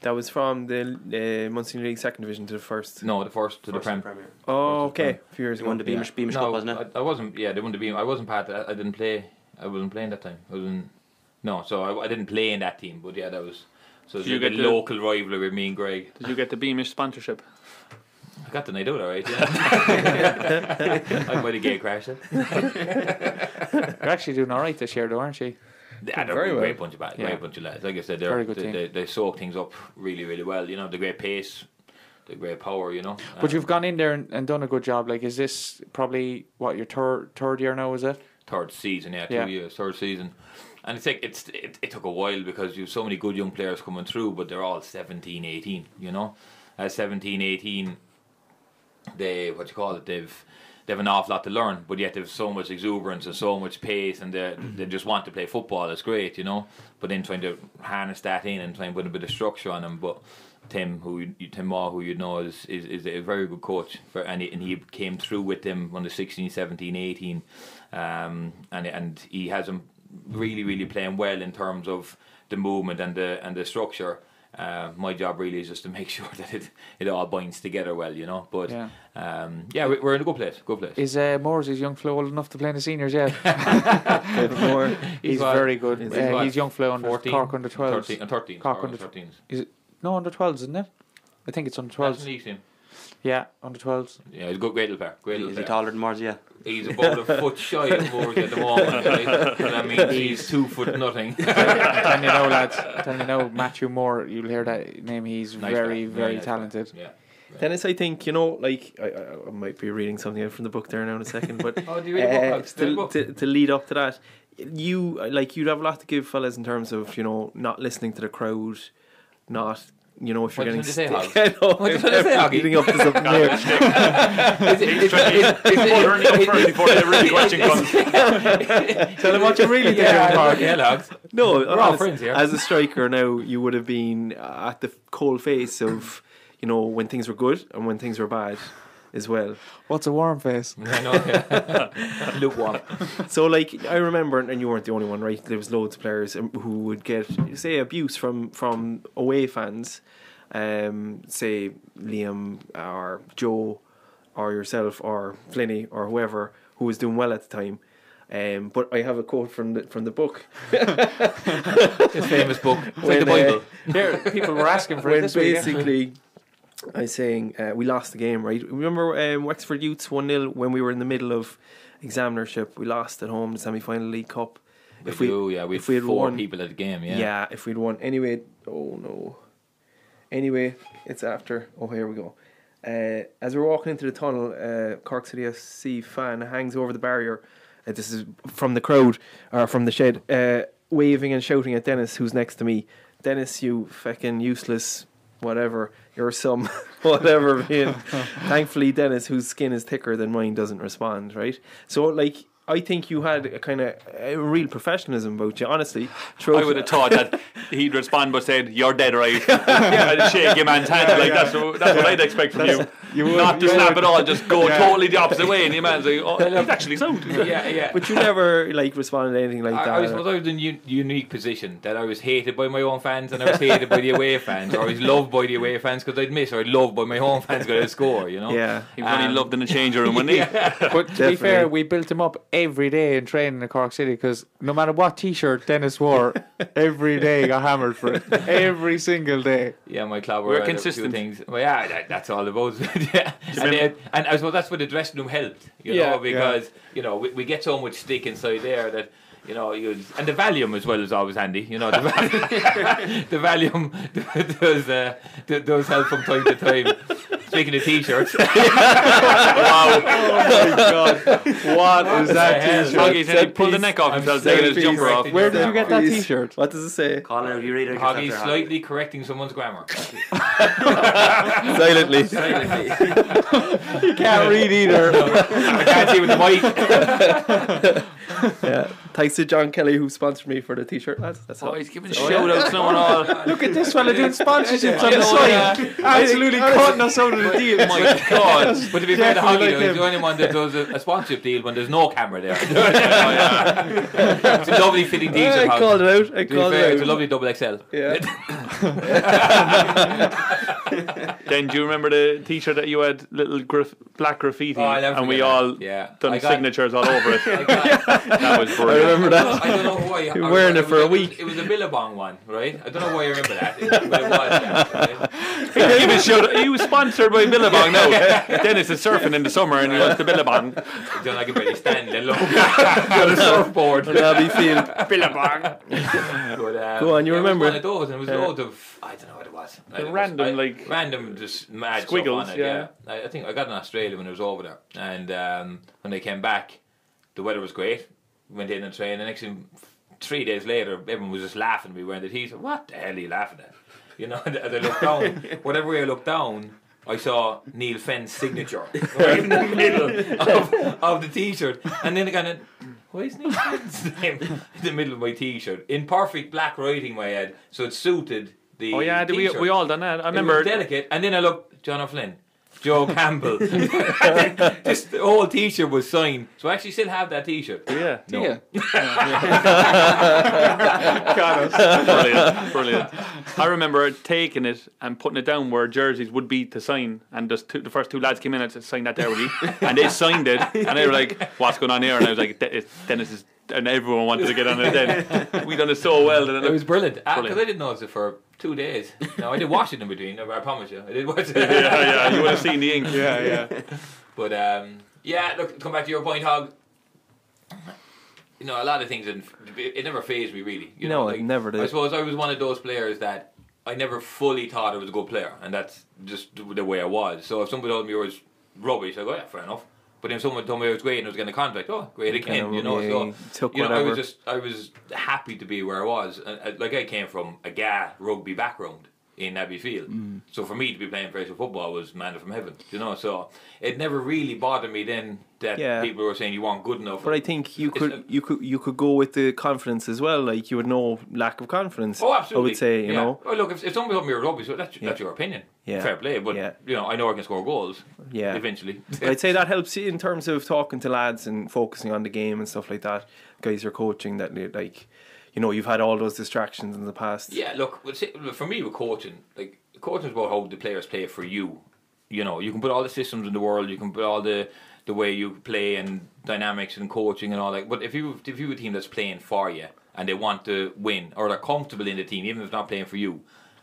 D: that was from the uh, Munster League second division to the first.
B: No, the Mm. first to
E: First
B: the
E: in
B: prem.
E: Premier.
D: Oh,
B: First to the
D: okay. A few years
E: You
D: ago.
E: won the Beamish, Beamish Cup,
B: No,
E: wasn't it?
B: I, I wasn't. Yeah, they wouldn't be. I wasn't part. of that. I didn't play. I wasn't playing that time. I wasn't. No, so I, I didn't play in that team. But yeah, that was. So
C: You
B: you get
C: get
B: the
C: the-
B: local rivalry with me and Greg.
C: Did you get the Beamish sponsorship?
B: I got the night out, all right. Yeah. I might have gate crashed. it.
A: You're actually doing all right this year, though, aren't you?
B: They had a
D: Very
B: great
D: well.
B: bunch of ba-
A: Yeah.
B: great bunch of lads. Like I said,
A: Very
B: they're,
A: good
B: they,
A: team.
B: they they soak things up really really well. You know, the great pace, the great power. You know.
A: But
B: Um,
A: you've gone in there and, and done a good job. Like, is this probably what your third third year now? Is it?
B: third season, yeah, two
A: Yeah.
B: years, third season. And it's like it's it, it took a while because you have so many good young players coming through, but they're all 17, 18, you know. At 17, 18, they what you call it, they've they've an awful lot to learn, but yet they've so much exuberance and so much pace and they they just want to play football, it's great, you know. But then trying to harness that in and trying to put a bit of structure on them, but Tim, who you, Tim Moore, who you know is, is, is a very good coach, for, and, he, and he came through with them on the 16, 17, 18, um, and and he has them really, really playing well in terms of the movement and the and the structure. Uh, my job really is just to make sure that it, it all binds together well, you know. But
A: Yeah.
B: yeah, um, yeah we- we're in a good place. Good place.
A: Is uh, Moore's his young fella old enough to play in the seniors? Yeah,
D: Before.
A: he's,
B: what?
A: very good.
D: he's
A: He's,
B: what?
A: uh, he's young fella under
B: 14,
A: Cork under 12s.
B: 13, uh, 13,
A: Cork
B: sorry,
A: under-
B: 13s.
A: No, under 12s, isn't it? I think it's under
B: That's
A: 12s.
B: an easy team.
A: Yeah, under 12s.
B: Yeah, he's a good, great little player. Great little
E: Is he
B: player.
E: taller than Mars? Yeah.
B: He's about a foot shy of Moores at the moment, right? And I mean, he's two foot nothing.
A: I'm telling you now, lads. I'm telling you now, Matthew Moore. You'll hear that name. He's
B: Nice
A: very,
B: player,
A: very
B: nice player.
A: talented.
B: Yeah.
D: Dennis, I think you know, like I, I, I might be reading something out from the book there now in a second, but
B: Oh, do you
D: uh, to, to, to lead up to that, you like you'd have a lot to give fellas in terms of you know not listening to the crowd, not you know, if
B: What
D: you're
B: did
D: getting
B: you say, Hog?
D: Yeah, no,
B: What
D: if
B: did you say,
D: you're
B: Hoggy?
D: leading up to something there.
B: Is it- is it-
C: trying to-
B: is it- is it-
C: Well, turn it up first before the real question comes.
A: Tell him what you really think.
B: Yeah,
A: Hog.
B: yeah, lads.
D: No,
B: all
D: honest-
B: friends here.
D: As a striker now, you would have been at the cold face of, you know, when things were good and when things were bad as well.
A: What's a warm face?
B: I know, yeah. Lukewarm.
D: So, like, I remember, and you weren't the only one, right? There was loads of players um, who would get, say, abuse from from away fans, um, say Liam or Joe, or yourself or Flinny or whoever who was doing well at the time. Um, but I have a quote from the from the book.
B: His famous book. It's like
D: When,
B: the Bible.
A: Here, people were asking for it
D: when
A: this week. yeah.
D: basically I was saying uh, we lost the game, right? Remember um, Wexford Utes 1 0 when we were in the middle of examinership? We lost at home the semi final League Cup.
B: If we, do, Oh, yeah, we
D: if we
B: had
D: had
B: four
D: won-
B: people at the game, yeah.
D: if we'd won. Anyway, oh no. Anyway, it's after. Oh, here we go. Uh, as we're walking into the tunnel, uh, Cork City FC fan hangs over the barrier. Uh, this is from the crowd, or from the shed, uh, waving and shouting at Dennis, who's next to me. Dennis, you fucking useless, whatever. You're some whatever. Man. Thankfully, Dennis, whose skin is thicker than mine, doesn't respond. Right. So, like, I think you had a kind of a real professionalism about you. Honestly,
C: I would have thought that he'd respond but said, You're dead right. yeah. Shake your man's hand. like that's, what, that's what I'd expect from you. Not to snap at all, just go totally the opposite way and your man's like, Oh he's actually sound.
B: Yeah, yeah.
D: But you never like responded to anything like
B: I,
D: that.
B: I was, I was in a u- unique position that I was hated by my own fans and I was hated by the away fans, or I was loved by the away fans because I'd miss, or I'd loved by my home fans because I'd score, you know?
D: yeah.
C: He was only
B: Um,
C: loved in the changing room, wasn't he?
A: But to be fair,
D: Definitely.
A: we built him up every day in training in Cork City because no matter what T-shirt Dennis wore, every day he got hammered for it. Every single day.
B: Yeah, my club were
C: We're
B: out of two
C: consistent.
B: things. Well, yeah, that, that's all about. it. yeah. and, then, and I suppose that's where the dressing room helped, you
A: Yeah,
B: know, because you know we, we get so much stick inside there that you know you and the Valium as well is always handy. You know, the, Val- the Valium does uh, d- does help from time to time. Speaking of t-shirts,
A: What is
B: the hell?
A: that T-shirt?
C: Hoggy's in, he pulled the neck off himself, taking his
D: set
C: jumper
D: piece.
C: off.
A: Where did
D: Set
A: you get that
D: piece.
A: T-shirt?
D: What does it say?
E: Call it out, you read it. yourself
B: Hoggy
E: there, Hoggy.
B: slightly correcting someone's grammar.
D: Silently.
A: You can't read either.
B: I can't see with the mic.
D: yeah. Thanks to John Kelly who sponsored me for the T-shirt. That's, that's
C: Oh,
D: all.
C: he's giving shout outs now and all.
A: Look at this fella doing sponsorships on the
C: Yeah.
A: side. Absolutely cutting us out of the deal.
B: My God! But to be fair,
A: Definitely
B: the Hoggy
A: like
B: though, is
A: him.
B: the only one that does a, a sponsorship deal when there's no camera there. Oh, it's a lovely fitting deal.
D: I called it out. I
B: To be
D: called
B: fair,
D: it
B: it's
D: out.
B: a lovely double XL.
D: yeah.
C: Then do you remember the T-shirt that you had little graf- black graffiti,
B: Oh, I never
C: and we
B: forget that.
C: all
B: yeah.
C: done
B: I got-
C: signatures all over it.
B: I got-
C: that was
D: I
C: brilliant.
D: remember that.
B: I don't know why. I
D: You're wearing
B: remember-
D: it for a
B: was-
D: week.
B: It was a Billabong one, right? I don't know why I remember that, but it was. Right?
C: Give a shout out. He was sponsored by Billabong. No, Dennis is surfing in the summer and he wants to Billabong.
B: I don't I can barely stand let alone on a surfboard.
D: On Abbey Field.
C: Billabong.
B: But, uh,
D: Go on, you
B: yeah, it was
D: remember.
B: one of those, and it was
D: Yeah.
B: loads of I don't know what it was. I- it was-
C: Random,
B: I-
C: like,
B: random, just mad stuff
C: squiggles,
B: on it,
C: yeah.
B: yeah. I, I think I got in Australia when I was over there, and um, when they came back, the weather was great. Went in and trained. The next thing, three days later, everyone was just laughing. at me wearing the t shirt. What the hell are you laughing at? You know, and as I looked down, whatever way I looked down. I saw Neil Fenn's signature right in the middle of, of the t-shirt, and then I kind of why is Neil Fenn's name in the middle of my t-shirt in perfect black writing my head, so it suited the.
C: Oh yeah, we,
B: t-shirt.
C: we all done that. I
B: It was
C: remember.
B: delicate, and then I looked John O'Flynn, Joe Campbell. Just the whole t-shirt was signed, so I actually still have that t-shirt.
C: Yeah,
B: No.
C: brilliant, brilliant. I remember taking it and putting it down where jerseys would be to sign, and just two, the first two lads came in and said, "Sign that there, will you?" And they signed it, and they were like, "What's going on here?" And I was like, "De- it's Dennis's," and everyone wanted to get on it. Then we done it so well that it
B: It
C: looked
B: was brilliant because
C: Brilliant.
B: I didn't notice it for two days. No, I did wash it in between. I promise you, I did wash it.
C: yeah, yeah, you would have seen the ink.
A: Yeah, yeah.
B: But um, yeah, look, to come back to your point, Hog. You know, a lot of things, didn't, it never phased me really. You
D: No,
B: know,
D: it
B: like,
D: never did.
B: I suppose I was one of those players that I never fully thought I was a good player, and that's just the way I was. So if somebody told me I was rubbish, I go, yeah, fair enough. But then someone told me I was great and I was getting a contract, oh, great again,
D: Kinda,
B: you know.
D: yeah,
B: so
D: you took
B: you know, I
D: whatever.
B: was just, I was happy to be where I was. And, uh, like I came from a ga rugby background, in Abbey Field.
D: Mm.
B: So for me to be playing professional football was manna from heaven, you know. So it never really bothered me then that
D: Yeah.
B: people were saying you weren't good enough.
D: But I think you
B: It's
D: could
B: a-
D: you could you could go with the confidence as well. Like you would know lack of confidence.
B: Oh,
D: I
B: absolutely.
D: would say you
B: Yeah.
D: know
B: Well, look, if, if somebody told me you're rubbish, well, that's, that's your opinion.
D: Yeah.
B: Fair play, but
D: Yeah.
B: you know, I know I can score goals.
D: Yeah.
B: Eventually.
D: But I'd say that helps you in terms of talking to lads and focusing on the game and stuff like that. Guys are coaching that they- like you know you've had all those distractions in the past.
B: Yeah, look, with- see, for me with coaching, like coaching is about how the players play for you. You know, you can put all the systems in the world, you can put all the the way you play and dynamics and coaching and all that. But if you if you have a team that's playing for you and they want to win or they're comfortable in the team, even if they're not playing for you.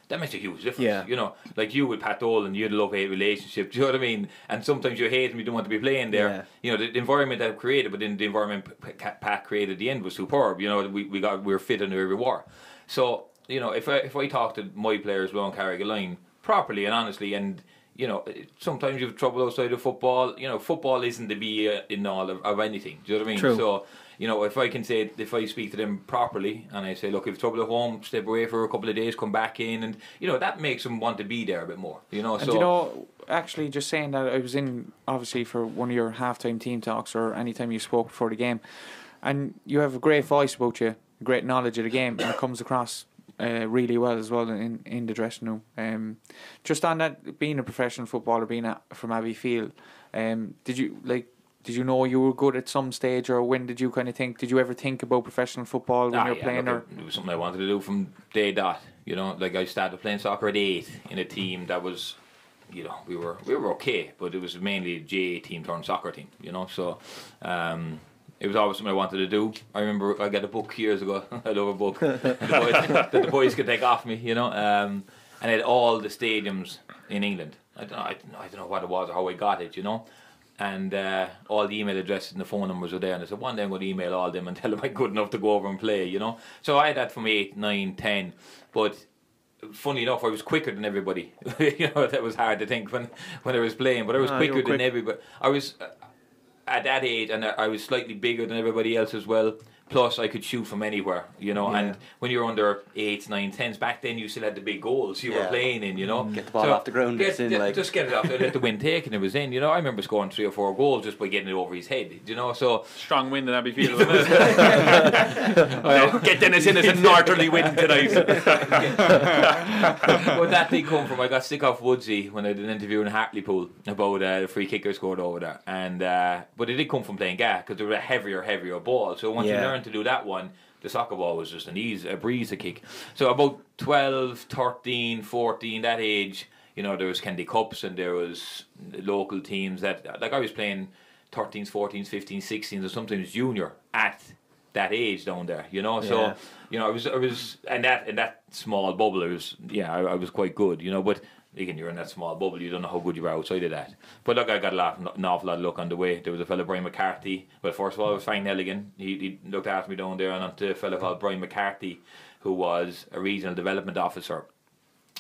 B: That makes a huge difference.
D: Yeah.
B: You know, like you with Pat Dolan, you had a love hate relationship. Do you know what I mean? And sometimes you hate him, you don't want to be playing there
D: Yeah.
B: you know the, the environment that I created, but then the environment P- P- Pat created at the end was superb. You know, we, we got we were fit under every war. So you know, if I, if I talk to my players well and carry a line properly and honestly, and you know, it- sometimes you have trouble outside of football. You know, football isn't the be uh, in all of, of anything. Do you know what I mean?
D: True.
B: So you know, if I can say if I speak to them properly and I say, look, if you've trouble at home, step away for a couple of days, come back in, and you know that makes them want to be there a bit more. You know,
A: And
B: Oh, so
A: you know, actually, just saying that I was in obviously for one of your halftime team talks or any time you spoke before the game, and you have a great voice about you, great knowledge of the game, and it comes across uh, really well as well in in the dressing room. Um, just on that, being a professional footballer, being a, from Abbey Field, um, did you like? Did you know you were good at some stage, or when did you kind of think? Did you ever think about professional football when
B: Ah,
A: you're
B: yeah,
A: playing,
B: look,
A: or
B: it, it was something I wanted to do from day dot. You know, like I started playing soccer at eight in a team that was, you know, we were we were okay, but it was mainly a J team turned soccer team. You know, so um, it was always something I wanted to do. I remember I got a book years ago. I love a book the boys, that the boys could take off me. You know, um, and it had all the stadiums in England. I don't know, I, don't know- I don't know what it was or how I got it. You know. And uh, all the email addresses and the phone numbers were there. And I said, one day I'm going to email all them and tell them I'm good enough to go over and play, you know? So I had that from 8, 9, 10. But funny enough, I was quicker than everybody. you know, that was hard to think when, when I was playing. But I was
D: Ah, you were
B: quicker than
D: quick.
B: everybody. I was uh, at that age, and I I was slightly bigger than everybody else as well. Plus, I could shoot from anywhere, you know. And
D: Yeah.
B: when you're under eights, nine, tens, back then you still had the big goals you were
E: Yeah. Mm.
B: playing in, you know.
E: Get the ball off the ground,
B: Get,
E: it's in,
B: yeah,
E: like-
B: just get it off. Let the wind take, and it was in. You know, I remember scoring three or four goals just by getting it over his head. You know, so
C: Strong wind in Abbey Field. Get Dennis in as a northerly wind tonight.
B: where that did come from, I got sick off Woodsy when I did an interview in Hartlepool about uh, the free kicker scored over there, and uh, but it did come from playing gas because there was a heavier, heavier ball. So once you
D: Yeah.
B: learn to do that one, the soccer ball was just an ease, a breeze to kick. So about 12, 13, 14, that age, you know, there was Kennedy Cups and there was local teams that like I was playing 13s, 14s, 15s, 16s, or sometimes junior at that age down there, you know. So
D: Yeah.
B: you know, I was, I was, and that, in that small bubble, I was, yeah, I, I was quite good, you know. But again, you're in that small bubble, you don't know how good you are outside of that. But look, I got a lot, an awful lot of luck on the way. There was a fellow Brian McCarthy. Well, first of all, it was Frank Nelligan. He, he looked after me down there, and onto a fellow called Brian McCarthy, who was a regional development officer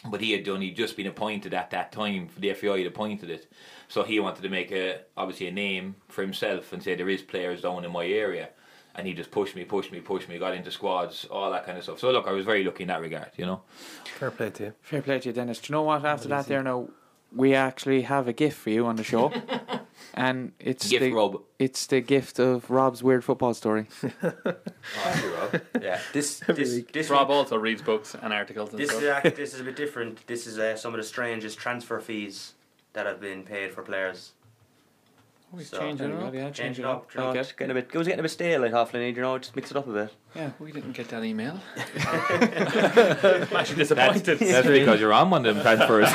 B: but he had done he'd just been appointed at that time for the FAI had appointed it so he wanted to make a obviously a name for himself and say there is players down in my area and he just pushed me pushed me pushed me got into squads all that kind of stuff so look I was very lucky in that regard you know
D: Fair play to you.
A: Fair play to you, Dennis. Do you know what? After that, there now, we actually have a gift for you on the show, and it's
B: gift
A: the
B: Rob
A: it's the gift of Rob's weird football story.
B: Oh,
E: Yeah, this this this
C: Rob also reads books and articles and
E: This
C: stuff.
E: is act- this is a bit different. This is uh, some of the strangest transfer fees that have been paid for players.
A: We've
E: So-
A: changed
E: changing
A: it up. Yeah,
E: Change
A: changing
E: it up. You know,
A: Like
E: it's
A: it.
E: getting a bit. It was getting a bit stale like half you know. Just mix it up a bit.
A: Yeah.
C: We didn't get that email.
B: I'm actually disappointed that's, that's because you're on one of them transfers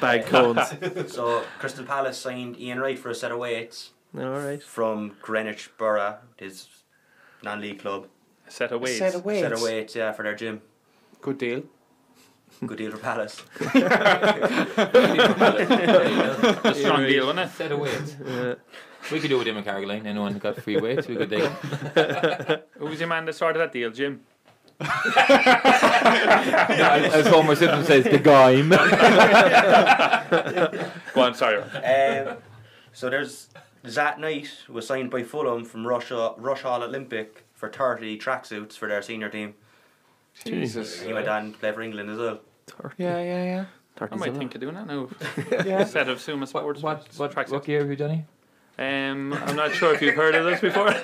D: Bag cones.
E: So Crystal Palace signed Ian Wright for a set of weights
D: all right.
E: from Greenwich Borough, his non-league club.
C: Set of weights.
A: Set of
E: Set of
A: weights.
E: weights, yeah, for their gym.
A: Good deal.
E: Good deal for Palace.
C: A strong deal, wasn't
B: set of weights we could do with him and Caroline anyone got free weights we could take 'em.
C: it? Who was your man that started that deal, Jim?
B: as Homer Simpson says the game
C: Go on, sorry.
E: um, so there's that Knight was signed by Fulham from Russia, Rush Hall Olympic for 30 tracksuits for their senior team.
F: Jesus.
E: He went on to play for England as well.
F: Yeah, yeah, yeah.
C: I might think of doing that now.
F: yeah.
C: Instead of Suma Sports.
F: What, what,
C: Tracks
F: what,
C: up.
F: what year were you, Johnny?
C: Um, I'm not sure if you've heard of this before.
E: So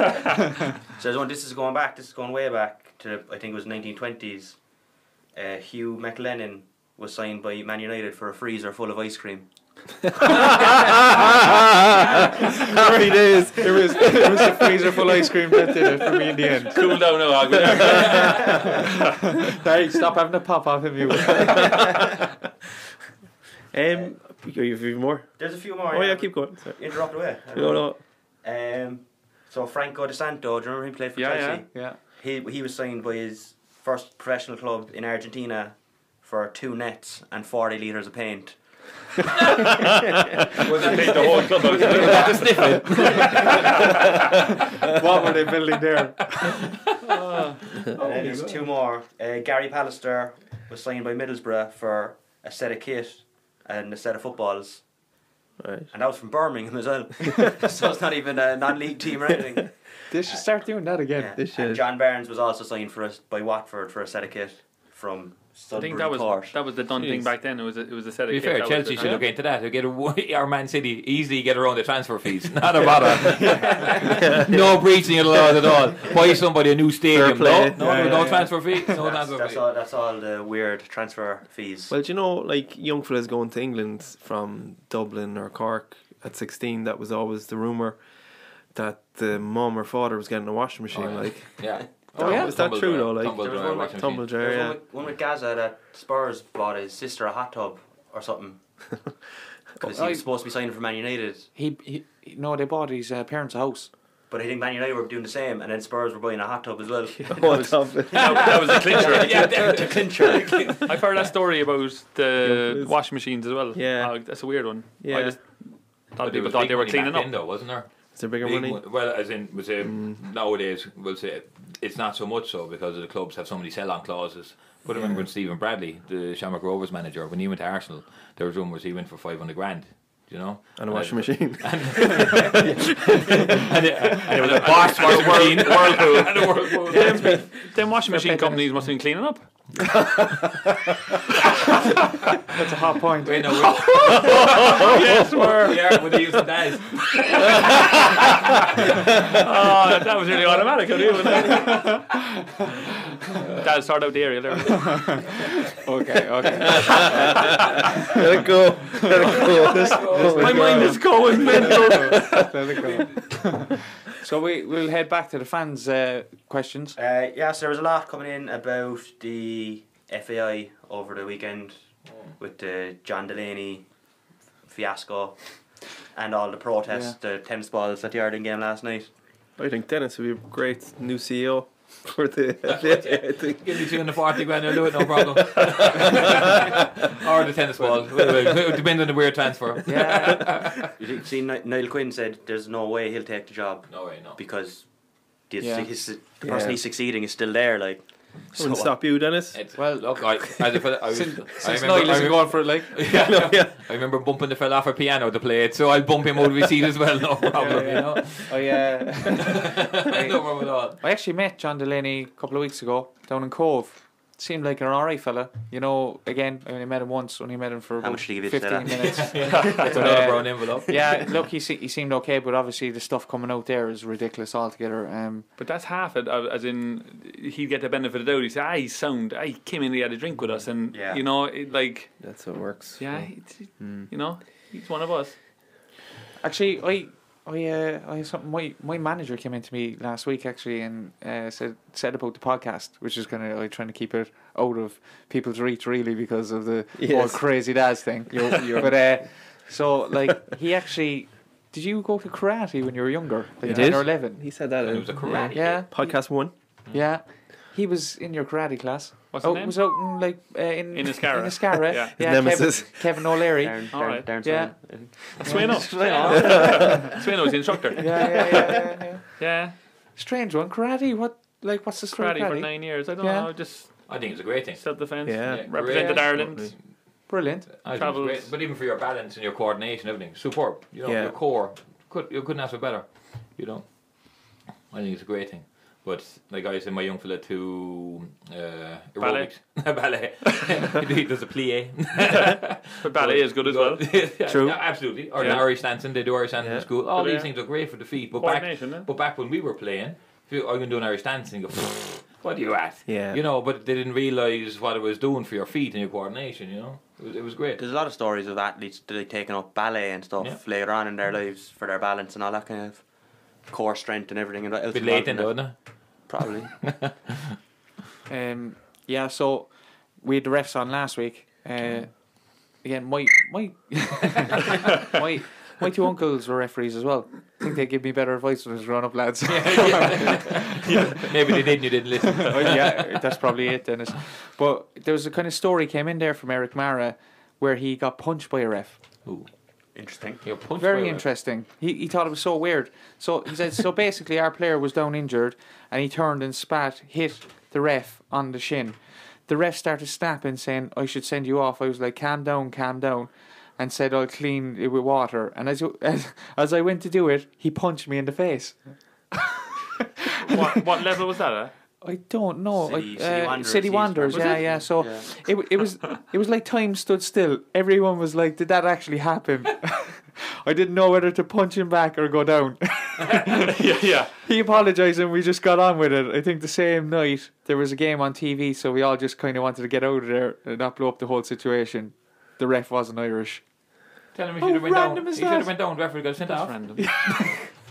E: there's one, this is going back, this is going way back to, I think it was 1920s. Uh, Hugh McLennan was signed by Man United for a freezer full of ice cream.
D: Happy days.
A: It was it was a freezer full of ice cream that did it for me in the end.
B: Cool down now, Ogden.
A: Hey, stop having a pop off of you.
D: Um, you have even more.
E: There's a few more. um,
D: Oh yeah, keep going. Sorry.
E: Interrupt away.
D: No, no.
E: Um, so Franco De Santo, do you remember he played for
C: Yeah,
E: Chelsea?
C: yeah.
A: Yeah.
E: He he was signed by his first professional club in Argentina for two nets and forty liters of paint.
B: Was that the whole club out?
A: What were they building there?
D: Oh,
E: and then there's two more. Uh, Gary Pallister was signed by Middlesbrough for a set of kit and a set of footballs,
D: Right.
E: and that was from Birmingham as well. so it's not even a non-league team or anything.
A: They should start doing that again.
E: Yeah.
D: this
E: And
D: is-
E: John Barnes was also signed for us by Watford for a set of kit from
C: I
E: Sudbury
C: think that was
E: Court.
C: that was the done thing
F: Jeez.
C: back then. It was a, it was a set
B: To
C: of
B: be
C: kit
B: fair,
C: that was
B: Chelsea
C: the-
B: should look into that. They Get a, our Man City easily get around the transfer fees. Not a bother. no breaching of the laws at all. Buy somebody a new stadium. No,
D: play.
B: no,
A: Yeah,
B: no
A: yeah,
B: transfer fee. No
E: that's,
B: transfer
E: that's
B: fee.
E: all. That's all the weird transfer fees.
D: Well, do you know, like young fellas going to England from Dublin or Cork at sixteen, that was always the rumor that the mum or father was getting a washing machine.
B: Oh, yeah.
D: Like,
B: Yeah.
D: Oh, yeah? Is that
B: Tumble
D: true,
B: dryer,
D: though? Like,
B: tumble
E: There was
B: dryer
E: one
B: washing
D: tumble
B: machine.
E: There was
D: dryer.
E: one, with, one with Gaza that Spurs bought his sister a hot tub or something. Because he
A: I-
E: was supposed to be signing for Man United,
A: He, he no, they bought his uh, parents' house.
E: but I think Man United were doing the same, and then Spurs were buying a hot tub as well.
D: yeah. Oh, top.
C: that, that was a clincher.
B: Yeah, the clincher.
C: I've heard that story about the
D: please.
C: washing machines as well.
D: Yeah.
C: Uh, that's a weird one. I
D: yeah.
C: just thought people thought they were cleaning up.
B: though, wasn't there?
D: Is there bigger
B: Big
D: money?
B: mo- Well, as in, we say nowadays, we'll say it's not so much so because the clubs have so many sell-on clauses. But I remember when Stephen Bradley, the Shamrock Rovers manager, when he went to Arsenal, there was rumours he went for five hundred grand. You know,
D: And a washing machine.
B: and it, and it was a boss washing machine, whirlpool, and a whirlpool.
C: Them, them washing machine companies must have been cleaning up.
A: That's a hot point.
B: Wait, no, we,
C: yes, we're.
B: we are with the use of that.
C: Oh, that, that was really automatic, I knew, wasn't it? That'll start out the area there.
A: Okay, okay.
D: Let it go. Let it go.
C: My mind is going mental.
A: There we go. so we we'll head back to the fans' uh, questions.
E: Uh, yeah, so there was a lot coming in about the FAI over the weekend with the John Delaney fiasco and all the protests, the tennis balls at the Ireland game last night.
D: I think Dennis would be a great new CEO for the. yeah, I think.
B: Give me two and a forty grand, I'll do it, no problem. or the tennis ball, depending on the weird transfer.
E: Yeah. you see, Ni- Niall Quinn said there's no way he'll take the job
B: No way, no.
E: because the,
A: Yeah.
E: his, the person
D: Yeah.
E: he's succeeding is still there. Like,
D: I wouldn't stop you, Dennis.
B: It's,
A: Well-
B: well, look, I, as a fella, I, was, I
A: Since
B: remember,
A: Niall isn't
B: I, remember,
A: going for it, like
B: yeah,
D: yeah.
B: I remember bumping the fella off a piano to play it, so I'll bump him over his seat as well. No problem,
A: yeah.
B: you know,
A: I uh,
B: no problem at all.
A: I actually met John Delaney a couple of weeks ago down in Cove. Seemed like an alright fella. You know, again, I only met him once. Only met him for
E: How
A: about
E: much did he give you for
A: fifteen
E: that?
A: minutes.
B: It's another brown envelope.
A: yeah, look, he, se- he seemed okay, but obviously the stuff coming out there is ridiculous altogether. Um,
C: But that's half it, uh, as in, he'd get the benefit of the doubt. He'd say, ah, he's sound. I came in, he had a drink with us. And,
E: Yeah.
C: you know, it, like,
D: That's what works.
C: yeah, it- it-
E: Hmm.
C: you know, he's one of us.
A: actually, I. I, uh, I had something, my, my manager came in to me last week actually and uh, said said about the podcast, which is kind of like trying to keep it out of people's reach really because of the whole
D: Yes.
A: crazy dads thing. but uh, so like he actually, did you go to karate when you were younger? Like 10
D: I did. Mm-hmm.
A: or eleven?
D: He said that.
B: It
D: in-
B: was a karate.
A: Yeah,
D: Podcast one.
A: yeah. He was in your karate class.
C: What's
A: oh,
C: his name?
A: was out in like uh, in
C: In Iscara.
A: In Iscara.
C: Yeah. His
D: nemesis.
A: Kevin, Kevin O'Leary.
E: Darren,
C: All right.
E: Darren, Darren
A: Yeah.
C: Sweno.
E: Sullivan.
C: Sweno's the
A: Yeah,
C: instructor.
A: yeah, yeah, yeah, yeah.
C: Yeah,
A: Strange one. Karate. What? Like, what's the story?
C: karate
A: Karate.
C: for nine years. I don't
A: Yeah.
C: know, just
B: I think it's a great thing.
C: set the fence.
D: Yeah.
C: Represented
B: great.
C: Ireland.
A: Brilliant.
B: I think it's
C: Travels.
B: great. But even for your balance and your coordination, everything superb. You know,
D: Yeah.
B: your core could you couldn't ask for better. You know, I think it's a great thing. But like I said, my young fella to uh,
C: Ballet.
B: aerobics, ballet. he does a plie.
C: But ballet is good as well.
B: Yeah,
D: True.
B: no, absolutely. Or
C: Yeah.
B: the Irish dancing, they do Irish dancing
D: Yeah.
B: in school. All
C: Do they?
B: these things are great for the feet. But back,
C: Coordination, eh?
B: but back when we were playing, if you, I can do an Irish dance and you go, what are you at?
D: Yeah.
B: You know, but they didn't realise what it was doing for your feet and your coordination. You know, it was, it was great.
E: There's a lot of stories of athletes that are taking up ballet and stuff
B: Yeah.
E: later on in their lives for their balance and all that kind of core strength and everything. And
B: A bit late then, though, isn't it?
E: Probably.
A: Um, yeah, so we had the refs on last week. Uh, again, my my my my two uncles were referees as well. I think they give me better advice when I was growing up, lads.
B: Maybe they didn't. You didn't listen.
A: Oh, yeah, that's probably it, Dennis. But there was a kind of story came in there from Eric Mara where he got punched by a ref.
B: Ooh,
E: Interesting.
B: you're punched by
A: Very
B: a ref.
A: interesting. He, he thought it was so weird. So he said, so basically, our player was down injured and he turned and spat, hit the ref on the shin. The ref started snapping, saying, I should send you off. I was like, calm down, calm down, and said, I'll clean it with water. And as, as, as I went to do it, he punched me in the face.
C: what, what level was that at?
A: I don't know.
E: City-
A: I-
E: City
A: uh,
E: Wanderers,
A: City
E: he's
A: Wanderers,
E: from-
A: yeah,
E: Was it?
A: yeah. So
E: Yeah.
A: it w- it was it was like time stood still. Everyone was like, "Did that actually happen?" I didn't know whether to punch him back or go down.
C: yeah, yeah.
A: he apologized and we just got on with it. I think the same night there was a game on TV, so we all just kind of wanted to get out of there and not blow up the whole situation. The ref wasn't Irish.
B: Tell him he
A: How
B: should have went down.
A: random
B: He
A: is
B: should
A: that?
B: have went down. Referee got sent
C: That's
B: off.
C: random.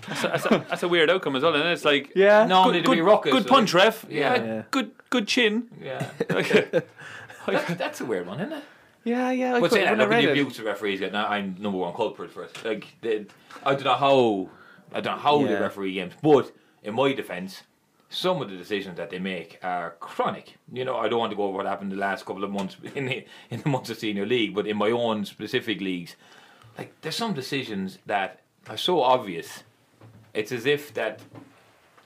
C: that's, a, that's, a, that's a weird outcome as well, and it's like
A: Yeah.
B: Normally
C: good,
B: there'd be
C: good-
B: ruckus,
C: good
B: so
C: punch, ref.
B: Yeah.
C: Yeah,
D: Yeah.
C: good good chin.
B: Yeah,
C: Okay.
B: that's, that's a weird one, isn't it?
A: Yeah, yeah. I
B: But
A: couldn't-
B: saying that,
A: when I
B: look at
A: read
B: the
A: it-
B: abuse the referees get. Now I'm number one culprit for it. Like, they, I don't know how, I don't know how
D: Yeah.
B: they referee games. But in my defence, some of the decisions that they make are chronic. You know, I don't want to go over what happened the last couple of months in the, in the months of senior league, but in my own specific leagues, like there's some decisions that are so obvious. It's as if that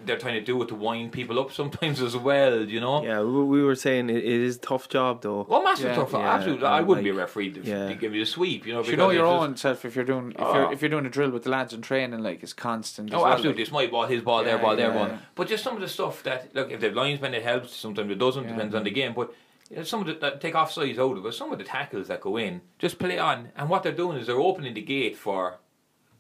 B: they're trying to do it to wind people up sometimes as well. You know.
D: Yeah, we we were saying it, it is a tough job though.
B: Well, massive
A: Yeah,
B: tough.
D: yeah,
B: Absolutely, I
D: and
B: wouldn't be a
D: like-
B: referee if
D: yeah.
B: they give me a sweep. You know,
A: You should know
B: because
A: your
B: it's just-
A: own self if you're doing if
B: Oh.
A: you're if you're doing a drill with the lads and training like it's constant. as
B: Oh,
A: well, like.
B: absolutely. It's my ball, his ball, their
A: Yeah,
B: ball, their
A: yeah,
B: ball.
A: yeah.
B: But just some of the stuff that, look, if they've linesmen, it helps. Sometimes it doesn't.
A: Yeah.
B: Depends on the game. But you know, some of the that take offsides out of us, some of the tackles that go in, just play on. And what they're doing is they're opening the gate for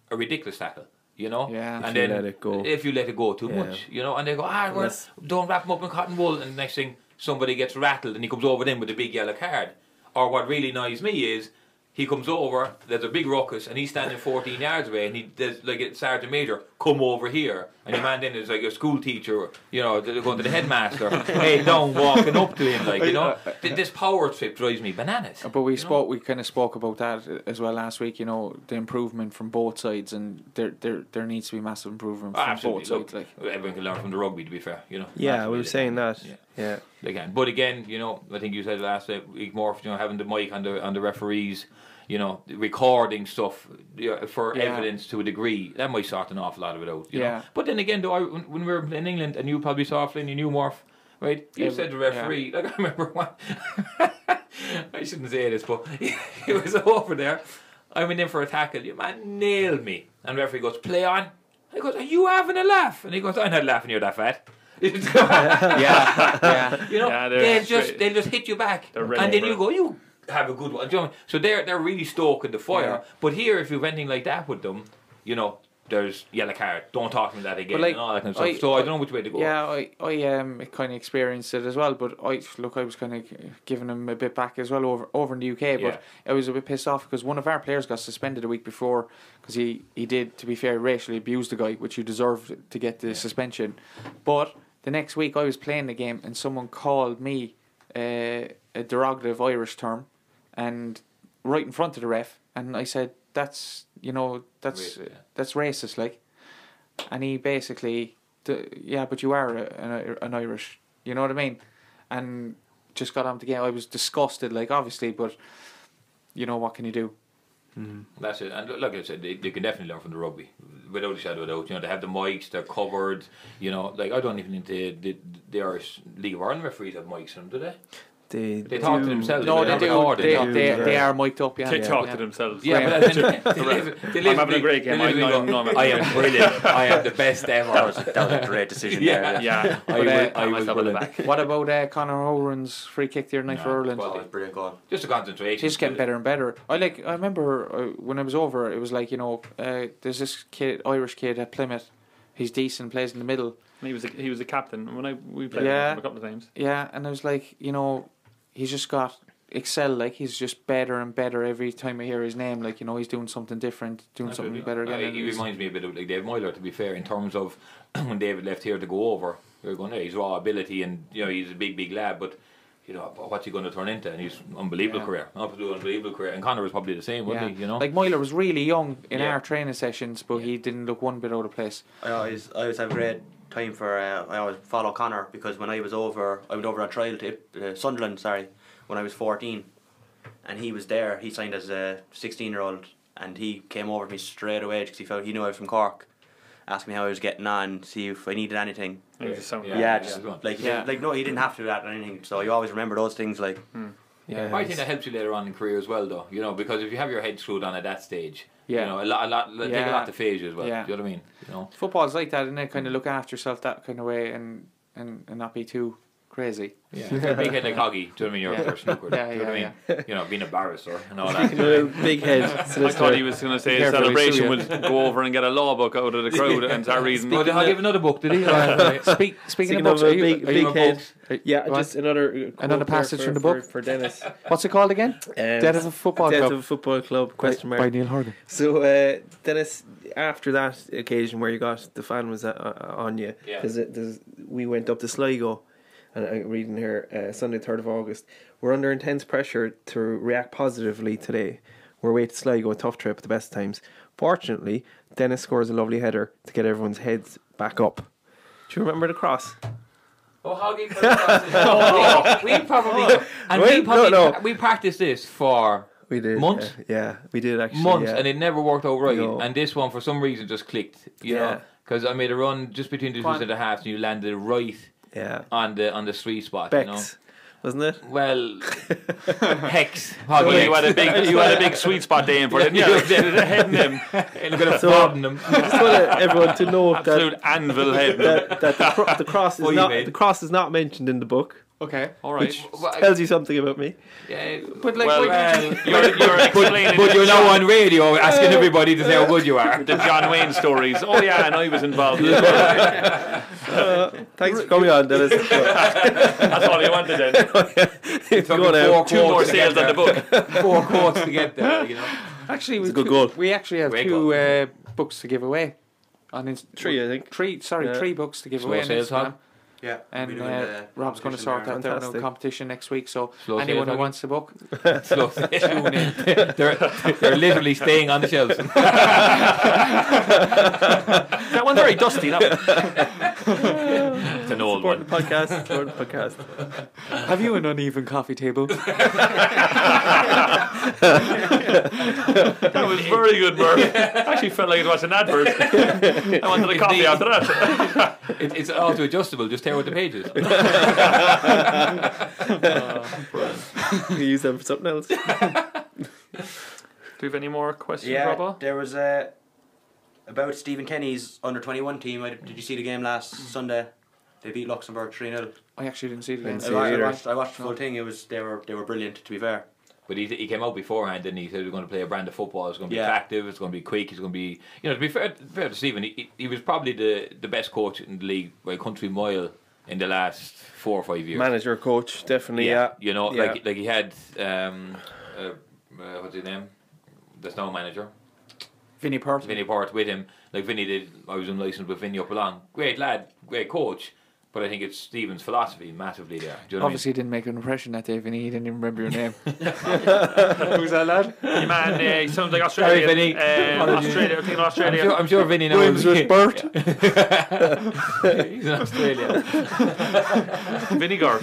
B: a ridiculous tackle. You know,
A: Yeah. If
B: and
D: you
B: then
D: let it go.
B: if you let it go too
D: Yeah.
B: much, you know, and they go, ah, well,
D: Yes.
B: don't wrap him up in cotton wool, and next thing somebody gets rattled and he comes over then with a big yellow card. Or what really annoys me is he comes over, there's a big ruckus, and he's standing 14 yards away, and he there's like a sergeant major, come over here, and your man then is like a school teacher, you know, they're going to the headmaster, hey, down, walking up to him, like you know, Th- this power trip drives me bananas.
A: But we
B: you know?
A: spoke. We kind of spoke about that as well last week. You know the improvement from both sides, and there there there needs to be massive improvement
B: Oh,
A: from
B: absolutely.
A: both
B: Look,
A: sides. Like
B: everyone can learn from the rugby. To be fair, you know.
D: Yeah, we
B: Absolutely.
D: were saying that.
B: Yeah.
D: Yeah.
B: They can. But again, you know, I think you said last week, Morph, you know, having the mic on the on the referees, you know, recording stuff you know, for
A: Yeah.
B: evidence to a degree, that might sort an awful lot of it out. You
A: Yeah.
B: Know? But then again, though, I, when, when we were in England, and you probably saw Flynn, you knew Morph, right? You
A: Yeah,
B: said the
A: yeah.
B: referee. Like I remember one. I shouldn't say this, but it was over there. I went in for a tackle. Your man nailed me, and the referee goes, "Play on." I goes, "Are you having a laugh?" And he goes, "I'm not laughing. You're that fat."
A: yeah, yeah.
B: You know,
C: Yeah, they're
B: they'll just
C: straight-
B: they'll just hit you back,
C: They're
B: and
C: ready
B: then
C: for
B: you
C: it.
B: go, you have a good one. Do you know what I mean? So they're they're really stoking the fire.
A: Yeah.
B: But here, if you've anything like that with them, you know, there's yellow card. Don't talk to me that again.
A: But, like,
B: and all that kind of
A: I-
B: stuff. So I don't know which way to go.
A: Yeah, I, I um, kind of experienced it as well, but I look, I was kind of giving him a bit back as well over over in the UK, but
B: Yeah.
A: I was a bit pissed off because one of our players got suspended a week before because he, he did, to be fair, racially abuse the guy, which you deserved to get the suspension. But the next week I was playing the game and someone called me uh, a derogative Irish term and right in front of the ref, and I said, that's, you know, that's,
B: Racist, yeah.
A: that's racist, like and he basically, d yeah, but you are a- an, Ir- an Irish, you know what I mean? And just got on the game. I was disgusted, like obviously, but you know what can you do?
B: That's it. And like I said, they, they can definitely learn from the rugby, without a shadow of a doubt. You know, they have the mics, they're covered. You know, like I don't even think the the, the Irish League of Ireland referees have mics in them, do they?
D: They,
B: They talk to
D: do-
B: themselves.
A: No, they
B: They're
A: do.
B: recorded,
A: They,
B: yeah.
A: they,
D: Yeah.
A: they are mic'd up. Yeah,
C: They
A: yeah.
C: talk
A: yeah.
C: to themselves.
B: Yeah, but that's they live, they live
C: I'm having a great game.
B: they live
C: I know I'm
B: big-
C: not-
B: I am brilliant. I am the best
E: That
B: ever.
E: was, that was a great decision
B: Yeah.
E: there.
C: Yeah,
B: I
A: But,
B: will-
A: uh,
B: I
C: I
B: will
C: myself on the
B: win it.
C: back.
A: What about uh, Conor Horan's free kick the other night for
B: No,
A: Ireland?
B: well,
E: Oh, brilliant goal.
B: Just a concentration.
A: She's getting better and better. I like. I remember uh, when I was over, it was like you know, uh, there's this kid, Irish kid at Plymouth. He's decent, plays in the middle.
C: And he was a, he was a captain when I we played
A: Yeah.
C: him a couple of times.
A: Yeah, and I was like, you know, he's just got excel. Like he's just better and better every time I hear his name. Like you know, he's doing something different, doing
B: Absolutely.
A: something better
B: Uh,
A: again. and
B: he
A: he's-
B: reminds me a bit of like Dave Moyler, to be fair, in terms of when David left here to go over, we were going, hey, his raw ability and you know he's a big, big lad, but you know but what's he going to turn into? And he's unbelievable
A: Yeah.
B: career, absolutely unbelievable career. And Connor was probably the same, wasn't
A: Yeah.
B: he? You know,
A: Like Moyler was really young in
B: Yeah.
A: our training sessions, but he didn't look one bit out of place.
E: I always, I always have a great time for. Uh, I always follow Connor because when I was over, I went over on trial to Ip- uh, Sunderland. Sorry, when I was fourteen, and he was there. He signed as a sixteen-year-old, and he came over to me straight away because he found he knew I was from Cork. Asked me how I was getting on, see if I needed anything.
C: He was a sound
B: Yeah.
E: Yeah,
C: man.
E: just
B: yeah.
E: like he
A: Yeah.
E: didn't- like no, he didn't have to do that or anything. So you always remember those things. Like
D: Yeah,
B: But I think that helps you later on in career as well, though. You know, because if you have your head screwed on at that stage,
A: Yeah.
B: you know, a lot, a lot, take a
A: Yeah.
B: lot to phase you as well.
A: Yeah.
B: Do you know what I mean? You know,
A: Football's like that, and they
B: Mm.
A: kind of look after yourself that kind of way, and and, and not be too crazy.
B: yeah, If you're big head like Hoggy. Do you know what I mean? You're a
A: Yeah.
B: person awkward.
A: Yeah,
B: do you know what
A: yeah,
B: I mean? You know, being a barrister and all that.
D: Well, big head.
C: I thought he was going to say
A: Be
C: a
A: careful, he's
C: celebration would go over and get a law book out of the crowd and start reading.
B: Oh, did Hoggy have another book? Did he?
A: Speak, speaking,
D: Speaking
A: of books,
D: of a
A: are you-
D: big-
A: are you
D: big
A: a book-
D: head.
A: are
D: Uh,
A: you-
D: Yeah,
A: what?
D: just another uh,
A: Another
D: quote there
A: passage
D: for-
A: from the
D: for-
A: book?
D: for Dennis. Um,
A: what's it called again? Death of a Football
D: Death
A: Club.
D: Uh, of a Football Club? Question
A: by,
D: mark.
A: by Neil Horgan.
D: So, uh, Dennis, after that occasion where you got the fan was uh, uh, on you,
B: Yeah.
D: because we went up to Sligo, and I'm reading here uh, Sunday, third of August. We're under intense pressure to react positively today. We're away to Sligo, a tough trip at the best times. Fortunately, Dennis scores a lovely header to get everyone's heads back up. Do you remember the cross?
B: Oh, Hoggy put across his- Oh, we probably and
D: Well,
B: we probably
D: no, no.
B: we practiced this for
D: We did.
B: Months?
D: uh, yeah, we did actually.
B: months,
D: yeah.
B: and it never worked out right.
D: No.
B: And this one, for some reason, just clicked. You
D: Yeah.
B: know, because I made a run just between the two
A: Go on.
B: and a half, and you landed right
D: yeah.
B: on the on the three spot. You know.
D: Bex, wasn't it?
B: Well, hex.
C: Well,
B: Hoggy,
C: you had a big you had a big sweet spot day in for it.
B: Yeah.
C: Yeah, heading him,
B: and going to
D: So-
B: problem them.
D: I just want everyone to know that
C: absolute anvil head.
D: that, that the, cro- the cross is
B: What do you
D: not
B: mean?
D: the cross is not mentioned in the book,
A: Okay.
C: All right,
D: which tells you something about me.
B: Yeah,
A: But like,
C: well,
A: why did you-
C: you're, you're explaining
B: but
C: the
B: you're now
C: John-
B: on radio asking everybody to say how good you are.
C: the John Wayne stories. Oh yeah, and I was involved.
D: Uh, thanks for coming on, Dennis.
C: That's all you wanted then.
D: If you uh,
B: Took
D: wanna-
B: me four
C: Two more
B: quarters to
C: sales
B: get
C: than the
B: there.
C: book.
B: Four quarts to get there. You know.
A: Actually, we
D: a good
A: two-
D: goal.
A: We actually have
B: Great
A: two uh, books to give away. On Inst-
D: Three, I think.
A: Three, sorry,
D: Yeah.
A: three books to give
B: Slow
A: away on
B: sales,
A: Instagram.
B: Hog.
E: yeah,
A: And uh, Rob's going to sort out their new
D: Fantastic.
A: competition next week. So
B: Slow
A: anyone who
B: sales, Hoggy.
A: wants the book,
B: So they're, they're literally staying on the shelves.
C: That one's very dusty. That one. it's an old
D: Support the
C: one.
D: podcast. Support the podcast.
A: have you an uneven coffee table?
C: That was very good, Murph. Actually, felt like it was an advert. I wanted a copy after that.
B: It, it's auto adjustable. Just tear out the pages.
D: We use them for something else.
C: Do we have any more questions,
E: Yeah,
C: Robbo?
E: there was a about Stephen Kenny's under twenty one team. I, did you see the game last
B: Mm.
E: Sunday? They beat Luxembourg three 0
A: I actually didn't see the
D: Didn't
A: game.
D: see
E: I, wa- I
D: either.
E: watched. I watched the whole thing. It was they were they were brilliant. To be fair,
B: But he, he came out beforehand and he said he was going to play a brand of football. It's going to be
E: Yeah.
B: attractive. It's going to be quick. It's going to be you know to be fair, fair to Stephen, he, he was probably the, the best coach in the league by a country mile in the last four or five years.
D: Manager, coach, definitely.
B: you know,
D: Yeah.
B: like like he had um, uh, uh, what's his name, the snow manager.
A: Vinny Pert.
B: Vinny Port with him. Like Vinny did, I was in license with Vinny up along. Great lad, great coach. But I think it's Stephen's philosophy massively there. Do you know
A: Obviously, didn't make an impression that day, Vinny. He didn't even remember your name. Who's that lad?
C: Your man, uh, he sounds like
B: Sorry,
C: Australia.
B: Vinny.
C: Uh, Australia, I think
B: what I mean?
C: Australia.
B: I'm sure, I'm sure Vinny knows.
A: Williams with Bert.
B: He's in Australia.
C: Vinny Gart.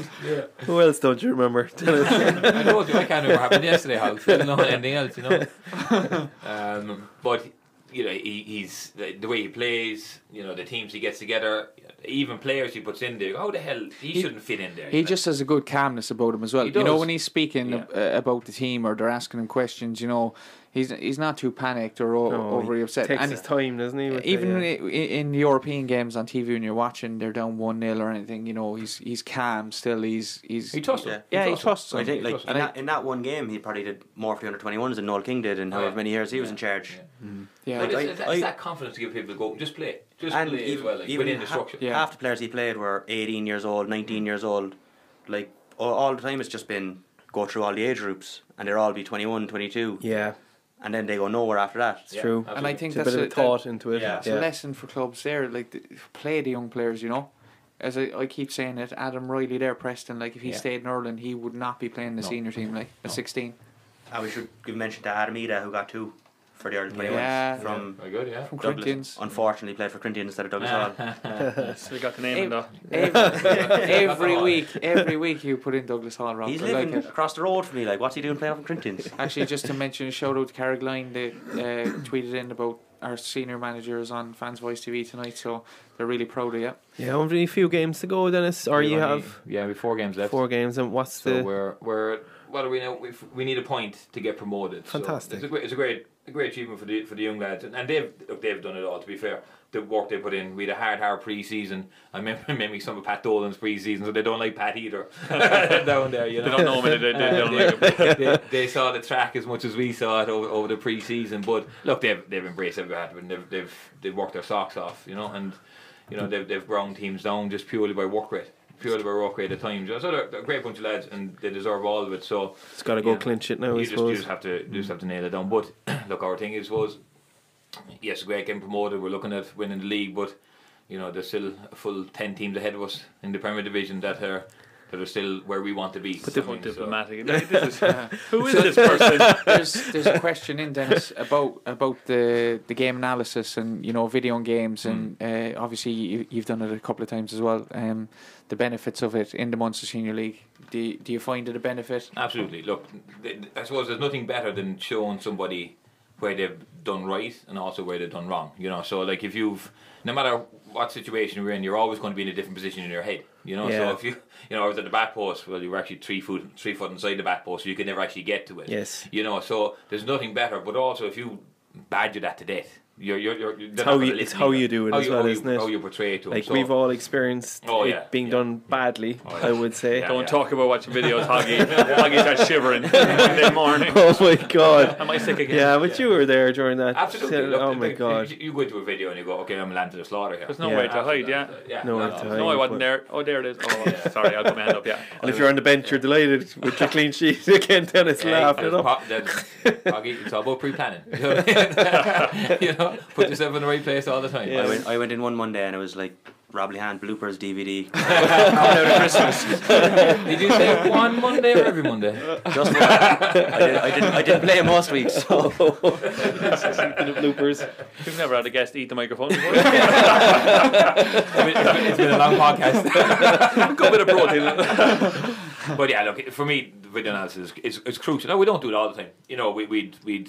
D: Who else don't you remember? Dennis.
B: I told you I can't remember what happened yesterday, House. I don't know anything else, you know. Um, but you know, he, he's the, the way he plays. You know, the teams he gets together, even players he puts in there. How the hell he,
A: He-
B: shouldn't fit in there?
A: He
B: you know?
A: just has a good calmness about him as well.
B: He
A: You know,
B: does.
A: when he's speaking
B: Yeah.
A: ab- uh, about the team or they're asking him questions, you know, he's he's not too panicked or o-
D: No, he
A: overly upset.
D: Takes
A: And
D: his time, doesn't he? with uh, it,
A: even
D: yeah.
A: i- i- in European games on TV, when you're watching, they're down one 0 or anything. You know, he's he's calm still. He's he's
B: he trusts him.
A: yeah, he trusts
E: So
A: him.
E: I think, like
B: Trust
E: in
A: me.
E: that, in that one game, he probably did more for the under 21s than Noel King did in
B: Oh,
E: however
B: yeah.
E: many years he was
B: Yeah.
E: in charge.
B: Yeah.
A: Yeah,
B: But
E: Like,
B: it's,
E: I-
B: it's
E: I-
B: that confidence to give people to go just play, just play as
E: even-
B: well, like,
E: even
B: within the
E: ha-
B: structure.
E: half,
A: Yeah.
E: the players he played were 18 years old,
B: Mm.
E: 19 years old. Like all, all the time, it's just been go through all the age groups, and they'll all be 21, 22,
D: Yeah,
E: and then they go nowhere after that.
D: it's true.
A: and I think
D: It's a
A: that's
D: bit of
A: a,
D: a thought into it.
E: Yeah.
A: that's a lesson for clubs there. Like th- play the young players, you know. As I, I keep saying it, Adam Riley there, Preston. Like if he
B: Yeah.
A: stayed in Ireland, he would not be playing the
B: No.
A: senior team. Like at
B: No.
A: sixteen
E: And we should give mention to Adamida who got two for the under 21s
A: Yeah.
E: from
B: Very good, yeah.
A: from
E: Douglas.
A: Corinthians.
E: Unfortunately, played for Corinthians instead of Douglas Hall.
C: So we got the name in
A: Ev-
C: though.
A: every, every week, every week you put in Douglas Hall, Rob.
E: He's
A: I like
E: living
A: it.
E: across the road from me. Like, what's he doing playing for Corinthians?
A: Actually, just to mention, a shout out to Carrick Line. They uh, tweeted in about our senior managers on Fans Voice TV tonight, so they're really proud of you.
D: Yeah, only a few games to go, Dennis. Or you have
B: yeah, we have four games left.
D: four games, and what's
B: So
D: the
B: we're we're what do we know? We've, we need a point to get promoted. So
D: Fantastic.
B: it's a great, it's a great, a great achievement for the for the young lads, and, and they've look, they've done it all. To be fair, the work they put in. We had a hard, hard pre-season. I remember remembering some of Pat Dolan's pre-season, so they don't like Pat either down there. You
C: They
B: know,
C: don't know him. They, they, they don't like him.
B: Uh, they, they saw the track as much as we saw it over, over the pre-season. But look, they've they've embraced every hat, and they've they've they've worked their socks off, you know, and you know they've they've ground teams down just purely by work rate, purely by work rate at times. So they're, they're a great bunch of lads, and they deserve all of it. So
D: It's got to go
B: Yeah.
D: clinch
C: Oh,
D: it now, I
B: you just, you
D: suppose.
B: just have to you just have to nail it down. But look, our thing is was yes, great getting promoted. We're looking at winning the league, but you know there's still a full ten teams ahead of us in the Premier Division that are that are still where we want to be.
C: But
B: I
C: they're
B: mean, so-
C: diplomatic. This is- Who is this person?
A: there's there's a question in Dennis about about the the game analysis and you know video and games and uh, obviously you, you've done it a couple of times as well. Um, the benefits of it in the Munster Senior League. Do do you find it a benefit?
B: Absolutely. Look, th- th- I suppose there's nothing better than showing somebody where they've done right and also where they've done wrong. You know, so like if you've, no matter what situation you're in, you're always going to be in a different position in your head. You know,
D: Yeah.
B: so if you, you know, I was at the back post. Well, you were actually three foot, three foot inside the back post, so you could never actually get to it.
D: Yes.
B: You know, so there's nothing better. But also, if you badger that to death, you're, you're, you're they're not
D: how
B: gonna
D: you-
B: listen
D: it's how
B: either.
D: you do it
B: how
D: as
B: you,
D: well,
B: how you-
D: isn't it?
B: How you portray it to 'em.
D: Like
B: So-
D: we've all experienced
B: Oh, yeah,
D: it being
B: yeah.
D: done badly,
B: Oh, yeah.
D: I would say.
B: Yeah.
C: Don't talk about watching videos, Hoggy. Hoggy starts shivering Monday morning.
D: Oh my god.
C: Am I sick again?
D: Yeah, but you were there during that.
B: Absolutely.
D: shit.
B: Look,
D: Oh
B: the-
D: my
B: the-
D: god.
B: You, you go into a video and you go, okay, I'm landing the slaughter here.
C: There's no
D: Yeah.
C: way to hide, yeah.
D: No way to hide.
C: No, I wasn't there. Oh, there it is. Oh, sorry, I'll put my hand up, yeah.
D: And if you're on the bench, you're delighted with your clean sheet again. Dennis
B: Yeah,
D: laughing it up.
B: there's pop- there's- Foggy, it's all about pre-planning. you know, put yourself in the right place all the time.
D: Yeah.
B: I
E: I went, I went in one Monday and it was like Rob Lehan bloopers DVD.
B: went- Did you say one Monday or every Monday?
E: Just one. I, did, I, did, I didn't play most weeks. So.
D: The bloopers.
C: You've never had a guest eat the microphone before. Good
B: it's been a long podcast.
C: bit of protein.
B: but yeah, look, for me, the video analysis is, is, is crucial. Now, we don't do it all the time. You know, we, we'd, we'd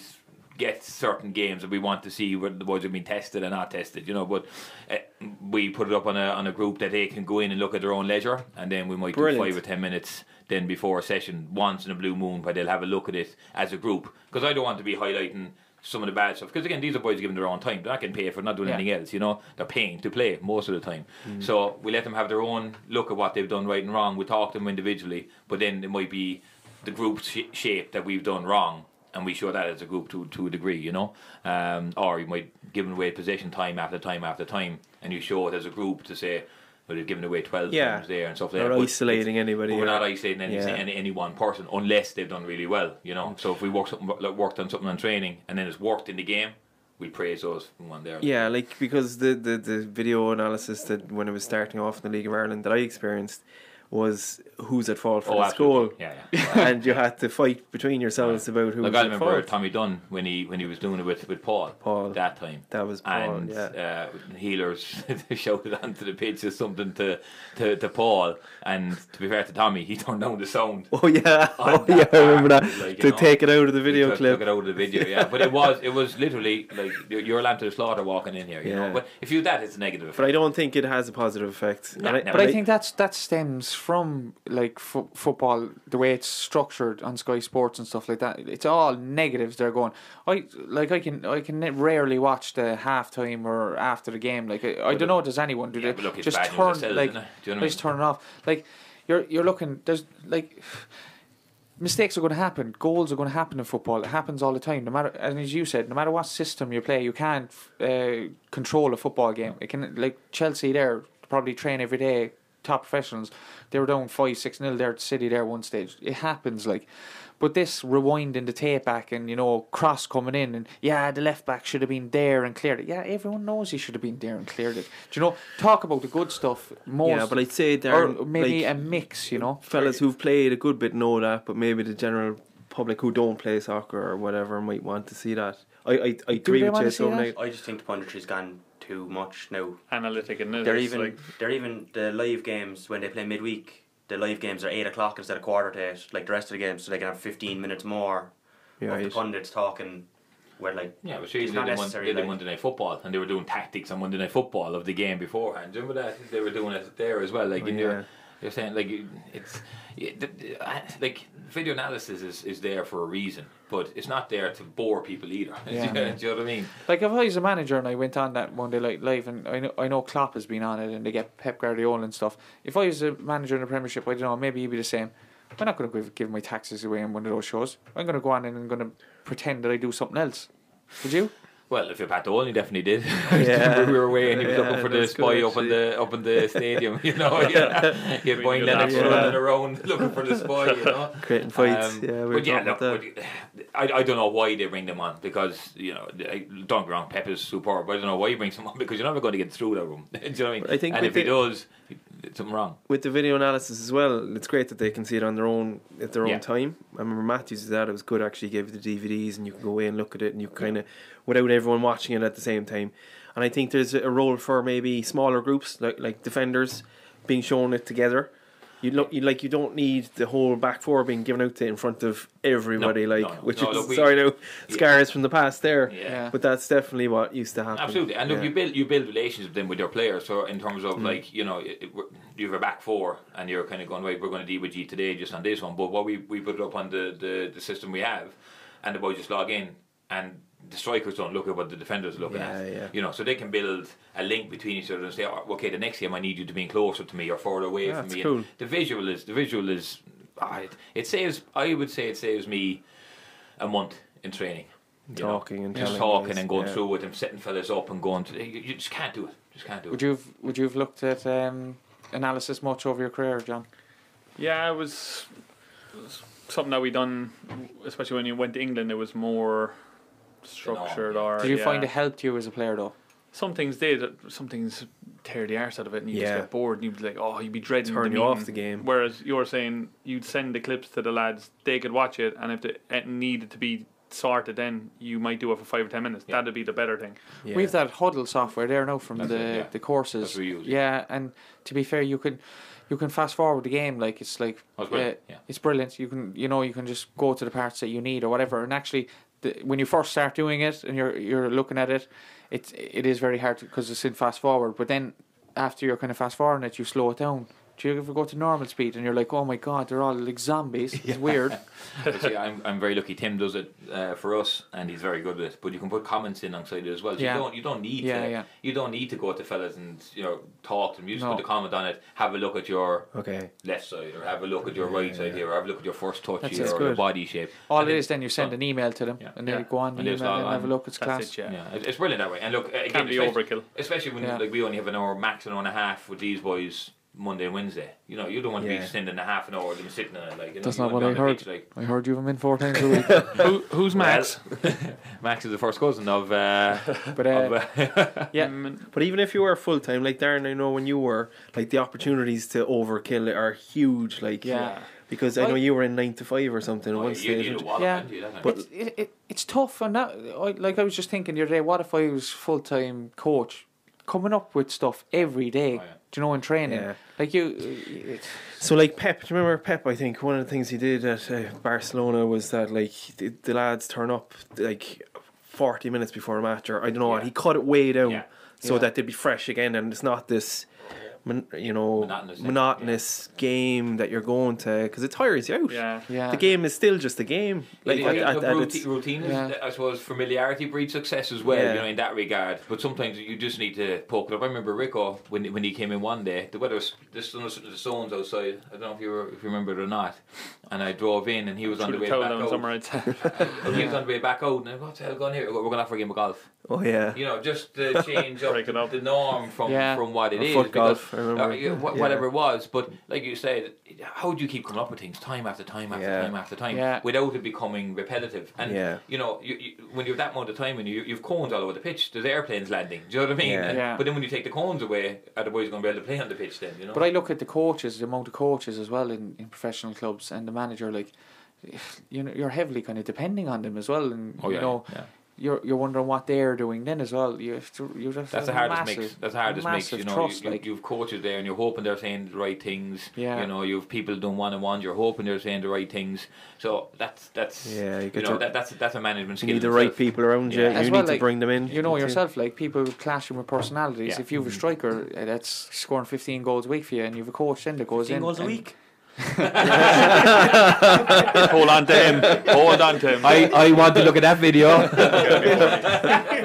B: get certain games that we want to see whether the boys have been tested and not tested, you know, but uh, we put it up on a, on a group that they can go in and look at their own leisure, and then we might
D: Brilliant.
B: do five or ten minutes then before a session once in a blue moon where they'll have a look at it as a group. Because I don't want to be highlighting some of the bad stuff. Because again, these are boys given their own time. They're not getting paid for not doing
A: Yeah.
B: anything else. You know, they're paying to play most of the time.
D: Mm.
B: So we let them have their own look at what they've done right and wrong. We talk to them individually, but then it might be the group sh- shape that we've done wrong. And we show that as a group to, to a degree, you know. Um, or you might give them away possession time after time after time, and you show it as a group to say, well, they've given away 12
D: Yeah.
B: times there and stuff like
D: They're
B: that. But it's-
D: isolating anybody.
B: but we're
D: or-
B: not isolating any,
D: Yeah. Mm.
B: any, any one person unless they've done really well, you know. So if we work something, like, worked on something on training and then it's worked in the game, we praise those from one there.
D: Yeah, like because the, the, the video analysis that when I was starting off in the League of Ireland that I experienced was who's at fault for
B: Oh,
D: the
B: absolutely.
D: goal,
B: Yeah, yeah.
D: and you had to fight between yourselves about who
B: Like
D: was
B: I
D: at
B: remember
D: fault.
B: Tommy Dunn when he when he was doing it with, with Paul,
D: Paul.
B: that time.
D: That was Paul,
B: and
D: yeah.
B: uh, healers shouted onto the pitch or something to, to, to Paul, and to be fair to Tommy, he turned down the sound.
D: Oh yeah, oh
B: on
D: yeah,
B: that
D: I remember
B: part,
D: that.
B: like, you
D: to
B: know,
D: take it out of the
B: He
D: video
B: took,
D: clip.
B: took it out of the video, yeah. But it was it was literally like you're- you're allowed to the slaughter walking in here, you
D: Yeah.
B: know. But if you do that, it's a negative.
D: But
B: Effect.
D: I don't think it has a positive effect.
B: No,
D: And
B: no.
A: But I think that's that stems from like fo- football, the way it's structured on Sky Sports and stuff like that. It's all negatives. They're going. I like I can I can rarely watch the halftime or after the game. Like I, I don't know. Does anyone do
B: Yeah,
A: that?
B: but look, it's
A: just
B: bad news
A: turn
B: ourselves,
A: like
B: isn't it? Do you know what I
A: just turn it off. Like you're you're looking. There's like. Mistakes are going to happen. Goals are going to happen in football. It happens all the time. No matter, and as you said, no matter what system you play, you can't uh, control a football game. It can like Chelsea there probably train every day. Top professionals, they were down five six nil there to City there one stage. It happens like, but this rewinding the tape back and you know cross coming in and yeah the left back should have been there and cleared it. Yeah, everyone knows he should have been there and cleared it. Do you know? Talk about the good stuff more.
D: yeah, but I'd say there
A: or maybe
D: like,
A: a mix. You know,
D: fellas who've played a good bit know that, but maybe the general public who don't play soccer or whatever might want to see that. I I, I agree
A: they
D: with
A: want
D: you.
A: to see
D: So
A: that?
D: like,
E: I just think the punditry's gone too much now.
C: analytic and
E: They're
C: it's
E: even
C: like,
E: they're even the live games when they play midweek. The live games are eight o'clock instead of quarter to eight, like the rest of the games, so they can have fifteen minutes more
D: yeah,
E: of the
D: right.
E: pundits talking. Where like
B: Yeah, but sure, they
E: It's
B: did
E: not
B: Mon-
E: necessary,
B: they did
E: like-
B: Monday Night Football, and they were doing tactics on Monday Night Football of the game beforehand. Do you remember that they were doing it there as well? Like
D: Oh,
B: in
D: yeah.
B: your You're saying like you- it's yeah, th- th- I- like video analysis is, is there for a reason, but it's not there to bore people either.
A: Yeah.
B: Do you know what I mean?
A: Like if I was a manager and I went on that Monday Night Live, and I know I know Klopp has been on it, and they get Pep Guardiola and stuff. If I was a manager in the Premiership, I don't know, maybe he'd be the same. I'm not going to give, give my taxes away in one of those shows. I'm going to go on and I'm going to pretend that I do something else. Would you?
B: Well, if you're Pat Dolan, definitely did.
D: Yeah.
B: we were away and he was
D: Yeah,
B: looking for the
D: that's good,
B: spy up in
D: actually.
B: the up in the stadium. You know, yeah. he had
C: We
B: Boyne
C: did that
B: Lennox
D: for a
B: running around looking for the spy. You know.
D: creating fights.
B: Um,
D: yeah, we were
B: but yeah,
D: talking about
B: look,
D: that.
B: but I, I don't know why they bring them on because you know I, don't get me wrong, Pep is superb. But I don't know why you bring someone because you're never going to get through that room. Do you know what I mean?
D: But I think
B: and
D: we
B: if he
D: did-
B: does, it's something wrong.
D: with the video analysis as well, it's great that they can see it on their own at their
B: Yeah.
D: own time. I remember Matthews did that; it was good actually. He gave you the DVDs, and you can go away and look at it, and you kind of without everyone watching it at the same time. And I think there's a role for maybe smaller groups like like defenders being shown it together. You look you like you don't need the whole back four being given out to in front of everybody,
B: No,
D: like
B: no, no.
D: which
B: No,
D: is
B: look, we-
D: sorry now
B: Yeah.
D: scars from the past there,
A: Yeah.
D: but that's definitely what used to happen.
B: Absolutely, and look,
D: Yeah. Mm.
B: you build you build relations with them with your players. So in terms of like you know, it, it- we're- you have a back four, and you're kind of going, right, we're going to deal with you today just on this one. But what we we put it up on the, the, the system we have, and the boys just log in, and the strikers don't look at what the defenders are looking
D: Yeah,
B: at.
D: yeah.
B: You know, so they can build a link between each other and say, "Oh, okay, the next game I need you to be closer to me or further away
D: Yeah,
B: from
D: that's
B: me.
D: cool.
B: The visual is the visual is, ah, it, it saves. I would say it saves me a month in training. you know
D: talking and
B: just
D: telling
B: talking
D: guys,
B: and going
D: yeah.
B: through with them, setting fellas up and going. To, you, you just can't do it. Just can't do
A: Would
B: it.
A: you have Would you have looked at um, analysis much over your career, John?
C: yeah, it was, it was something that we done, especially when you went to England. It was more structured. Or
A: Did you
C: yeah.
A: find it helped you as a player though?
C: Some things did. Some things tear the arse out of it, and you
D: Yeah.
C: just get bored, and you'd be like, "Oh, you'd be dreading
D: Turn
C: the
D: you off
C: meeting.
D: the game.
C: Whereas you're saying you'd send the clips to the lads, they could watch it, and if it- it needed to be sorted, then you might do it for five or ten minutes.
B: Yeah.
C: That'd be the better thing.
D: Yeah.
A: We have that huddle software there now from
B: That's
A: the,
B: it, yeah.
A: the courses.
B: That's what we use, yeah.
A: Yeah, and to be fair, you can you can fast forward the game like it's like
B: Oh, it's brilliant,
A: uh,
B: yeah.
A: it's brilliant. You can you know you can just go to the parts that you need or whatever. And actually, the, when you first start doing it and you're you're looking at it, it it is very hard because it's in fast forward. But then after you're kind of fast forwarding it, you slow it down. Do you ever go to normal speed and you're like, oh my god, they're all like zombies? It's weird.
B: But see, I'm, I'm very lucky. Tim does it uh, for us, and he's very good at it. But you can put comments in alongside it as well. So
A: Yeah.
B: You don't you don't need
A: Yeah,
B: to
A: yeah.
B: you don't need to go to fellas and you know talk to them. You just
A: No.
B: put a comment on it. Have a look at your
D: Okay.
B: left side, or have a look at your right side here, or have a look at your first touch
A: That's
B: here,
A: it.
B: or your
D: Good.
B: body shape.
A: All
B: And
A: it
B: then-
A: is, then you send an email to them
B: Yeah.
A: and they
C: Yeah.
A: go on the
B: And they
A: email
B: just log
A: and have a
B: on.
A: look. It's
C: That's
A: class.
C: it. Yeah,
B: Yeah, it's- it's brilliant that way. And look, uh, again,
C: can't be
B: especially-
C: overkill.
B: Especially when
A: Yeah.
B: like we only have an hour max, an hour and a half with these boys. Monday and Wednesday. You know, you don't want to
D: Yeah.
B: be spending a half an hour of them sitting on it. Like, you know,
A: That's
B: you
A: not
B: want
A: what I
B: them on the
A: heard.
B: pitch, like,
A: I heard you have him in four times a week. Who, who's Max?
B: Max is the first cousin of. Uh,
A: but uh,
B: of uh,
A: Yeah.
C: Mm,
D: But even if you were full time, like Darren, I know when you were, like the opportunities to overkill are huge. Like,
A: yeah.
D: because I know you were in nine to five or something at
B: Oh,
D: one stage. and-
A: Yeah.
B: But
A: it's, it, it, it's tough and that I, like I was just thinking the other day what if I was full-time coach coming up with stuff every day
B: Oh, yeah.
A: do you know in training
D: Yeah.
A: like you it,
D: So like Pep, do you remember Pep? I think one of the things he did at uh, Barcelona was that like the, the lads turn up like forty minutes before a match, or I don't know what.
B: Yeah.
D: He cut it way down
B: Yeah.
D: so
A: Yeah.
D: that they'd be fresh again, and it's not this, mon- you know,
B: Monotonous
D: monotonous,
B: thing,
D: game that you're going to because it tires you out.
C: yeah.
A: yeah
D: The game is still just a game. Like
B: Like,
D: at, at, at
B: routine,
D: its-
B: routine is,
A: Yeah.
B: I suppose, familiarity breeds success as well.
D: Yeah.
B: You know, in that regard. But sometimes you just need to poke it up. I remember Rico when when he came in one day. The weather was the sun was the stones outside. I don't know if you were, if you remember it or not. And I drove in, and he was on the
C: Should
B: way
C: have
B: back
C: told them
B: out.
C: somewhere. I'd say.
B: He was on the way back out, and I, what the hell going here? We're going to have a game of golf.
D: oh yeah,
B: You know, just to change up,
C: Break it up.
B: the norm from
A: Yeah.
B: from what it
D: Or
B: is.
D: foot
B: because
D: golf, I remember.
B: Uh, yeah, wh-
D: Yeah.
B: whatever it was. But like you said, how do you keep coming up with things time after time after
D: Yeah.
B: time after time
A: Yeah.
B: without it becoming repetitive? And
D: Yeah.
B: you know, you, you, when you're that amount of time and you, you've cones all over the pitch, there's airplanes landing. Do you know what I mean?
D: Yeah.
B: And-
A: Yeah.
B: But then when you take the cones away, are the boys going to be able to play on the pitch then? You know.
A: but I look at the coaches the amount of coaches as well in, in professional clubs and the manager like you know you're heavily kind of depending on them as well and
B: oh yeah,
A: you know
B: yeah.
A: you're you're wondering what they're doing then as well you have to you have
B: That's
A: to
B: the hardest
A: massive,
B: mix. That's the hardest mix.
A: massive
B: You know,
A: trust,
B: you, you,
A: like.
B: you've coaches there, and you're hoping they're saying the right things.
A: Yeah.
B: You know, you've people doing one on ones. You're hoping they're saying the right things. So that's that's
D: Yeah, you
B: You,
D: get
B: know,
D: to-
B: that, that's that's a
D: you
B: management skill.
D: need the
B: in
D: right
B: itself.
D: people around you.
B: Yeah.
A: As
D: You
A: well,
D: need to
A: like,
D: bring them in.
A: You know
D: too.
A: yourself, like people clashing with personalities.
B: Yeah.
A: If you
E: Mm-hmm.
A: have a striker uh, that's scoring 15 goals a week for you, and you have a coach then that goes in
E: goals a
A: and-
E: week.
C: Hold on to him. Hold on to him.
F: I, I want to look at that video.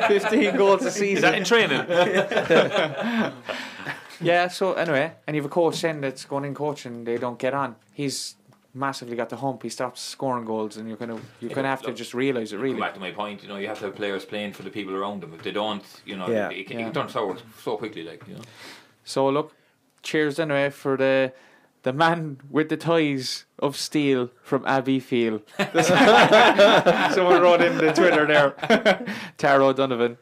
A: 15 goals a
C: Is
A: season.
C: that in training?
A: yeah. So anyway, and you have a coach then that's going in coaching, they don't get on. He's massively got the hump. He stops scoring goals, and you're gonna you're gonna have to
B: look,
A: just realize it
B: Come
A: really.
B: back to my point, you know, you have to have players playing for the people around them. If they don't, you know,
D: Yeah.
B: it, it, can-
A: Yeah.
B: it turns sour so quickly, like, you know.
A: So look, cheers anyway for the the man with the ties of steel from Abbey Field. Someone wrote in the Twitter there, Taro Donovan.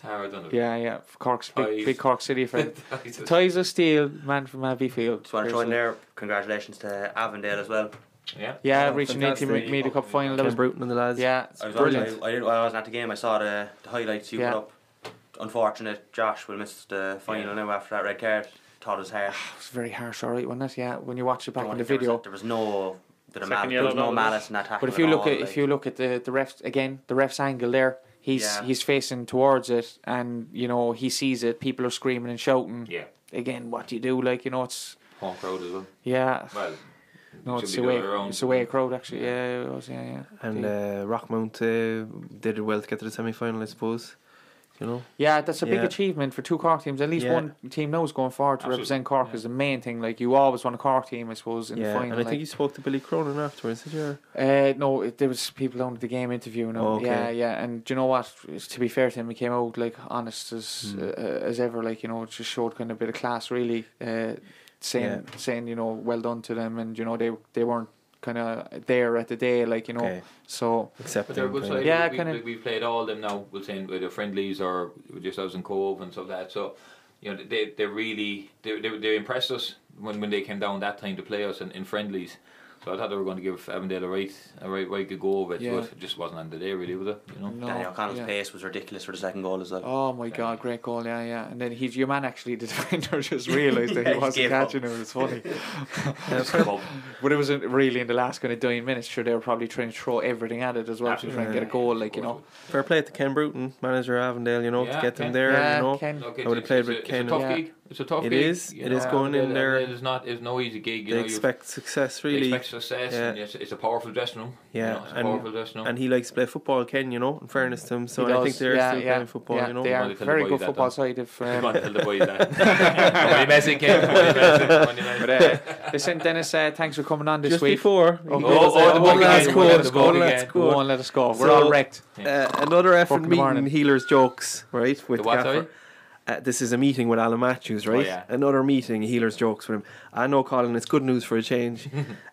B: Tara Donovan.
A: Yeah, yeah. Cork's
B: Ties.
A: big, big Cork City friend.
B: Ties.
A: Ties of steel, man from Abbey Field.
E: Just want to throw in there, congratulations to Avondale as well.
B: Yeah.
A: Yeah,
D: Oh,
A: reaching the 18
D: fantastic.
A: meter cup final. That
D: Ken
A: was
D: Bruton and the lads.
A: yeah,
E: I was
A: brilliant.
E: On, I, I, didn't, I wasn't at the game. I saw the, the highlights you
A: Yeah.
E: put up. Unfortunate, Josh will miss the final
B: Yeah.
E: now after that red card. Thought it was harsh.
A: It was very harsh, alright, wasn't it? Yeah, when you watch it back
E: Don't
A: in the
E: think there was-
A: video.
E: there was no, there was,
C: Second
E: mal- there
C: yellow
E: was no
C: notice.
E: malice in that tackle.
A: But if you look
E: all,
A: at
E: like,
A: if you look at the the refs again, the refs angle there. He's
E: Yeah.
A: he's facing towards it, and you know he sees it. People are screaming and shouting.
B: Yeah.
A: Again, what do you do? Like you know, it's
B: Home crowd as well.
A: yeah.
B: Well,
A: No,
B: should
A: it's
B: be
A: the
B: the
A: way
B: other way around.
A: it's the way crowd actually. Yeah, it was. Yeah, yeah.
D: And
A: They-
D: uh, Rockmount uh, they did well to get to the semi final, I suppose. You know?
A: Yeah, that's a big
D: Yeah.
A: achievement for two Cork teams. At least
D: Yeah.
A: one team knows going forward to
B: Absolutely,
A: represent Cork
B: yeah.
A: is the main thing. Like you always want a Cork team, I suppose, in the
D: yeah.
A: final.
D: and I
A: like.
D: think you spoke to Billy Cronin afterwards, did you? Or-
A: Uh, no, it, there was people down at the game interviewing him.
D: Oh, okay.
A: Yeah, yeah, and do you know what? To be fair to him, he came out like honest as
D: Hmm.
A: uh, as ever. Like you know, it just showed kind of a bit of class, really. Uh, saying saying you know, well done to them, and you know they they weren't kind of there at the day, like you know.
D: Okay. uh,
A: So
B: but
D: Accepting.
B: they're a good
D: kind
B: side.
D: of-
A: Yeah,
B: we,
A: kinda-
B: we, have played all them now, we'll say, with the friendlies or with yourselves in Cove and stuff like that. So, you know, they, they really, they, they, they impressed us when, when they came down that time to play us in, in friendlies. So I thought they were going to give Avondale a right, a right, right good go of it,
A: Yeah.
B: but it just wasn't on the day really, was it? You know?
A: no,
E: Danny O'Connell's
A: yeah.
E: pace was ridiculous for the second goal as well.
A: Oh my god, great goal! Yeah, yeah. And then he's your man actually. The defender just realised that
E: Yeah,
A: he
E: he
A: wasn't
E: gave up.
A: catching him. It was funny,
B: Just come up.
A: but it was in- really in the last kind of dying minutes. Sure, they were probably trying to throw everything at it as well to try and get a goal. Like you know,
D: Fair play to Ken Bruton, manager of Avondale, you know,
B: Yeah,
D: to get them
B: Ken.
D: there,
A: yeah,
D: you know.
A: Ken.
B: Look,
D: I would've
B: it's-
D: played
B: it's
D: with
B: a-
D: Ken.
B: It's a tough
A: Yeah.
B: gig. It's a tough
D: It
B: gig.
D: is.
B: you
D: It is going in
B: it-
D: there.
B: It is not. It's no easy gig. You
D: They
B: know, you
D: expect success,
B: they
D: really.
B: expect success,
D: Yeah.
B: and it's, it's a powerful dressing room. you
D: Yeah,
B: know, it's a
D: and-
B: powerful dressing room.
D: And he likes to play football, Ken, you know, in fairness to him. So
A: He
D: I
A: does.
D: think they're
A: Yeah,
D: still
A: yeah,
D: playing football,
A: yeah,
D: you know.
A: They
B: Well,
A: are
B: they tell
A: very
B: the
A: good
B: boys that,
A: football
B: don't
A: side. If
B: Come on,
A: um,
B: tell the boys that. Money messing, Ken. Money messing, money messing.
A: but uh, listen, Dennis, uh, thanks for coming on this
D: Just
A: week.
D: before.
A: Oh,
D: he
A: oh,
D: goes, uh,
A: oh, the
D: one
A: book
D: last
A: again,
D: quote,
A: the
B: book
D: one
B: again.
D: last
A: Go
D: quote.
A: on, let us go. We're
D: So-
A: all wrecked.
D: Uh, another effort
A: Fucking morning.
D: meeting healers jokes, right? With
B: The what, sorry?
D: Gaffer. Uh, this is a meeting with Alan Matthews, right?
B: yeah.
D: Another meeting. Healers jokes with him. I know, Colin. It's good news for a change.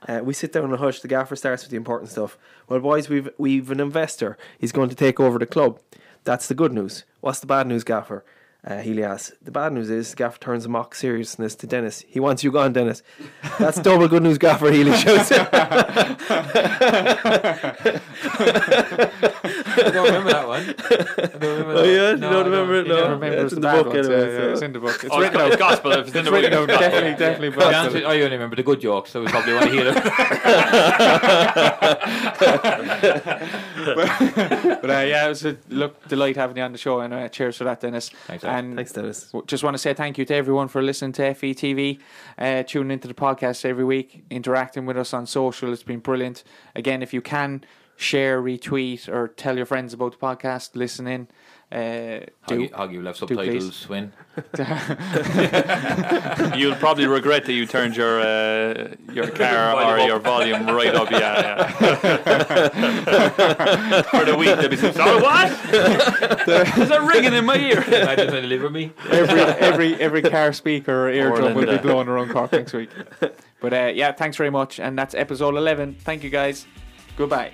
D: uh, we sit down and hush. The gaffer starts with the important stuff. Well, boys, we've we've an investor. He's going to take over the club. That's the good news. What's the bad news, gaffer? Uh, Healy asks. The bad news is the gaffer turns a mock seriousness to Dennis. He wants you gone, Dennis. That's double good news, gaffer. Healy shouts.
B: I don't remember that
A: I
B: one.
A: don't remember
D: Oh,
A: that.
D: yeah? You don't
A: I
D: remember it?
A: You don't
D: No.
A: remember
D: It's
A: it's
D: in
A: the
D: the
A: bad
D: book
A: ones, yeah,
D: anyway,
A: yeah,
D: yeah.
A: It's in the book. It's
C: Oh,
A: written
C: it's
A: out.
C: gospel. If it's in
A: It's
C: the book,
A: written out.
C: it's gospel.
A: Definitely, definitely.
B: But
A: bad ones.
B: I only remember the good jokes, so we probably want to hear them.
A: But uh, yeah, it was a look delight having you on the show, and uh, cheers for that, Dennis.
B: Thanks, Alex.
A: and
D: Thanks, Dennis.
A: w- just want to say thank you to everyone for listening to FETV, uh, tuning into the podcast every week, interacting with us on social. It's been brilliant. Again, if you can share, retweet, or tell your friends about the podcast, listen in. Uh, do
B: Huggy, Huggy will have
A: please.
B: subtitles when.
C: You'll probably regret that you turned your uh, your car or
B: Volume up.
C: your volume right up. Yeah, yeah. For the week, they'll be saying, "Sorry, what? There's a ringing in my ear."
B: Imagine they deliver me.
A: every every every car speaker or eardrum will be
C: Linda.
A: blowing around Cork next week. But uh, yeah, thanks very much, and that's episode eleven. Thank you guys. Goodbye.